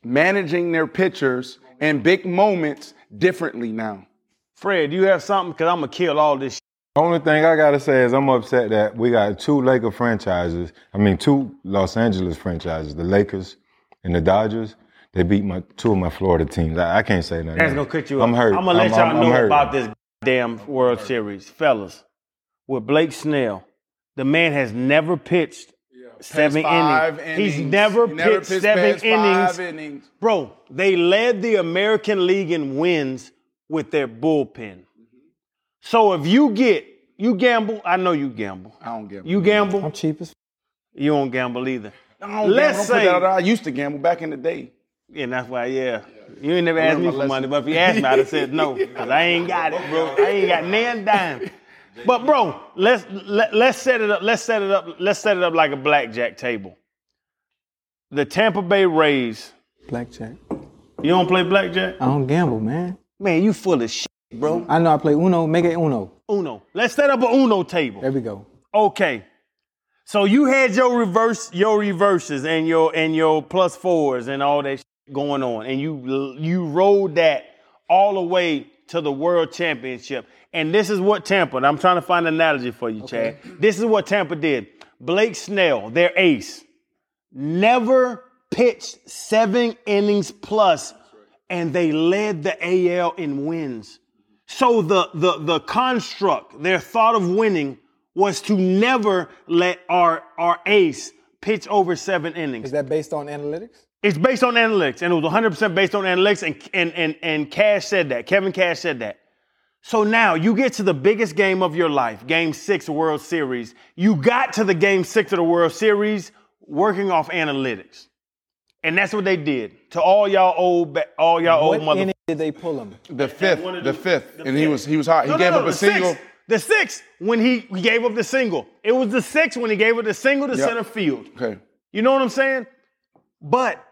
S1: managing their pitchers and big moments differently now.
S3: Fred, do you have something? Because I'm going to kill all this shit.
S5: Only thing I gotta say is I'm upset that we got two Laker franchises. I mean, two Los Angeles franchises, the Lakers and the Dodgers. They beat my two of my Florida teams. I, I can't say nothing.
S3: That's going to cut you
S5: I'm
S3: up.
S5: hurt.
S3: I'm going to let
S5: I'm-
S3: y'all
S5: I'm- I'm
S3: know
S5: hurt.
S3: about this damn World Series. Fellas, with Blake Snell, the man has never pitched seven
S1: five
S3: innings. He's
S1: innings.
S3: never
S1: He
S3: pitched
S1: never pitched
S3: seven
S1: past
S3: innings.
S1: five innings.
S3: Bro, they led the American League in wins with their bullpen.
S1: Mm-hmm.
S3: So if you get, you gamble, I know you gamble.
S1: I don't give.
S3: You gamble?
S2: I'm cheap as f-
S3: You don't gamble either.
S1: I don't
S3: Let's
S1: Let's gamble. Don't put
S3: say-
S1: that out there. I used to gamble back in the day.
S3: And that's why, yeah. You ain't never asked me
S1: learned
S3: for
S1: my
S3: money,
S1: lesson.
S3: but if you asked me, I'd have said no, because I ain't got it, bro. I ain't got nan dime. But bro, let's let, let's set it up. Let's set it up. Let's set it up like a blackjack table. The Tampa Bay Rays.
S2: blackjack.
S3: You don't play blackjack,
S2: I don't gamble, man.
S3: man. You full of shit, bro.
S2: I know I play Uno. Make it Uno.
S3: Uno. Let's set up a Uno table.
S2: There we go.
S3: Okay. So you had your reverse, your reverses and your and your plus fours and all that shit going on, and you you rode that all the way to the world championship. And this is what Tampa. And I'm trying to find an analogy for you, Chad. This is what Tampa did. Blake Snell, their ace, never pitched seven innings plus, and they led the AL in wins. So the the the construct, their thought of winning was to never let our our ace pitch over seven
S2: Is
S3: innings.
S2: that based on analytics?
S3: It's based on analytics, and it was 100 percent based on analytics. And and and and Cash said that. Kevin Cash said that. So now you get to the biggest game of your life, Game Six of World Series. You got to the Game Six of the World Series working off analytics, and that's what they did to all y'all old ba- all y'all
S2: what
S3: old Oh, mother.
S2: inning did they pull him?
S1: The fifth,
S3: one of
S1: the
S3: the-
S1: fifth,
S3: the
S1: and he
S3: fifth.
S1: was he was hot.
S3: No,
S1: he
S3: no,
S1: gave
S3: no,
S1: up
S3: the
S1: a single.
S3: sixth. the sixth when he he gave up the single. It was the sixth when he gave up the single to
S1: Yep.
S3: center field.
S1: Okay,
S3: You know what I'm saying? But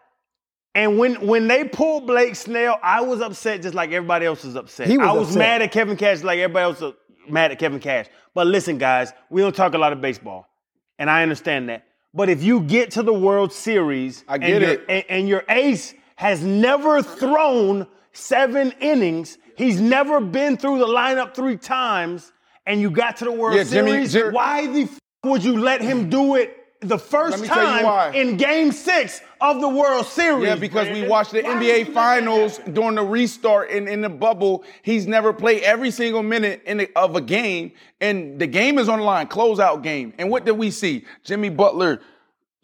S3: and when when they pulled Blake Snell, I was upset just like everybody else was upset.
S2: He was
S3: I was
S2: upset.
S3: mad at Kevin Cash like everybody else was mad at Kevin Cash. But listen, guys, we don't talk a lot of baseball, and I understand that. But if you get to the World Series,
S1: I
S3: and
S1: get
S3: your-
S1: it.
S3: and, and your ace has never thrown seven innings, he's never been through the lineup three times, and you got to the World
S1: Yeah, Jimmy-
S3: Series.
S1: Jer-
S3: why the f- would you let him do it the first
S1: Let me tell you why.
S3: time in Game Six of the World Series?
S1: yeah, because we
S3: Brandon?
S1: watched the
S3: Why would
S1: NBA
S3: you let that
S1: Finals
S3: happen?
S1: during the restart and in the bubble. He's never played every single minute in the, of a game, and the game is on the line, closeout game. And what did we see? Jimmy Butler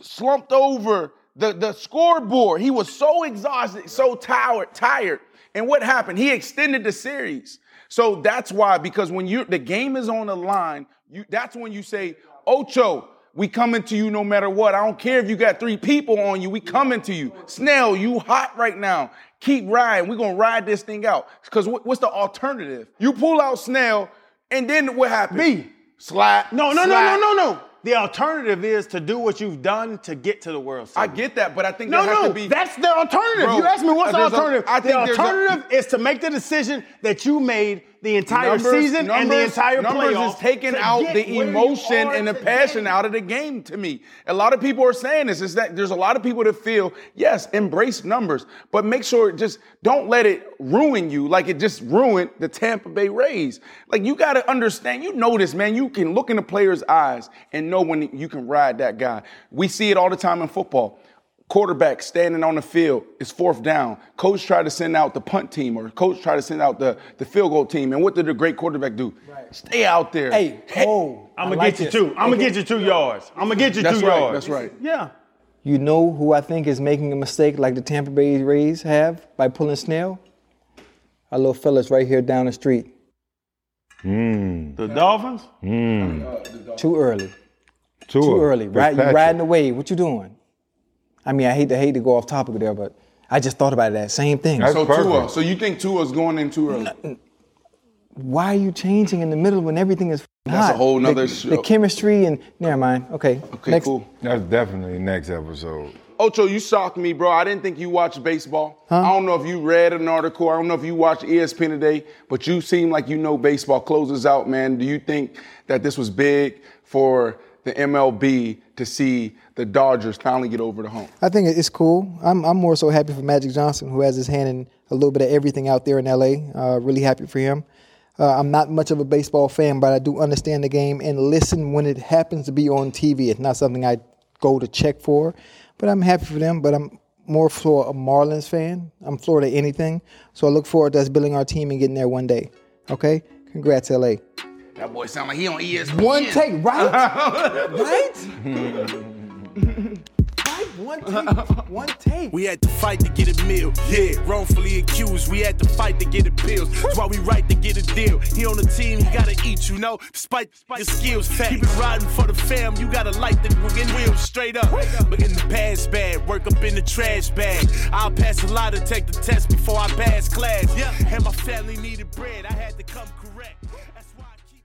S1: slumped over the, the scoreboard. He was so exhausted, so tired, tired. And what happened? He extended the series. So that's why, because when you the game is on the line, you that's when you say, Ocho, we coming to you no matter what. I don't care if you got three people on you, we coming to you. Snell, you hot right now. Keep riding. We're gonna ride this thing out. Cause what- what's the alternative? You pull out Snell, and then what happened?
S3: B.
S1: Slap.
S3: No, no,
S1: slap.
S3: no, no, no, no. The alternative is to do what you've done to get to the World Series.
S1: I get that, but I think
S3: No,
S1: there has
S3: no,
S1: to be
S3: that's the alternative.
S1: Bro,
S3: you asked me what's the
S1: there's a-
S3: alternative.
S1: I think
S3: the
S1: there's a-
S3: alternative is to make the decision that you made the entire season and the entire
S1: numbers
S3: playoff.
S1: is taking
S3: to
S1: out
S3: get
S1: the
S3: where you
S1: emotion
S3: are
S1: and the
S3: today.
S1: passion out of the game to me. A lot of people are saying this is that there's a lot of people that feel yes, embrace numbers, but make sure it just don't let it ruin you like it just ruined the Tampa Bay Rays. Like you got to understand, you know this, man. You can look in the player's eyes and know when you can ride that guy. We see it all the time in football quarterback standing on the field it's fourth down coach tried to send out the punt team or coach tried to send out the, the field goal team and what did the great quarterback do stay out there
S2: Hey, oh,
S3: I'm
S2: I
S3: gonna
S2: like
S3: get you
S2: this.
S3: two. I'm gonna get you two yards. I'm gonna get you
S1: That's
S3: two
S1: right,
S3: yards.
S1: that's right.
S3: Yeah.
S2: You know who I think is making a mistake like the Tampa Bay Rays have by pulling Snell? Our little fellas right here down the street.
S3: The Dolphins?
S2: Too early.
S5: Too,
S2: Too early. Right, you
S5: Fitzpatrick.
S2: riding the wave. What you doing? I mean, I hate to hate to go off topic there, but I just thought about that same thing.
S5: That's
S1: So
S5: perfect.
S1: Tua. So you think Tua's going in too early?
S2: Why are you changing in the middle when everything is f***ing
S1: That's a
S2: hot?
S1: whole nother
S2: the,
S1: show.
S2: The chemistry and never mind. Okay.
S1: Okay,
S2: Next-
S1: cool.
S5: That's definitely next episode.
S1: Ocho, you shocked me, bro. I didn't think you watched baseball. I don't know if you read an article. I don't know if you watched E ESPN today, but you seem like you know baseball. Closes out, man. Do you think that this was big for the MLB to see the Dodgers finally get over the hump?
S2: I think it- it's cool. I'm, I'm more so happy for Magic Johnson, who has his hand in a little bit of everything out there in LA. Uh, really happy for him. Uh, I'm not much of a baseball fan, but I do understand the game and listen when it happens to be on TV. It's not something I go to check for, but I'm happy for them. But I'm more for a Marlins fan. I'm Florida anything. So I look forward to us building our team and getting there one day. Okay? Congrats, LA.
S1: That boy sound like he on ESPN.
S2: One take, right? right? <laughs> right? One take. One take.
S4: We had to fight to get a meal. Yeah, wrongfully accused. We had to fight to get the pills. That's why we right to get a deal. He on the team, he gotta eat, you know. Despite the skills, keep it riding for the fam. You gotta light the wheel wheels straight up. But in the past bag, work up in the trash bag. I'll pass a lot to take the test before I pass class. Yeah, and my family needed bread. I had to come correct. That's why I keep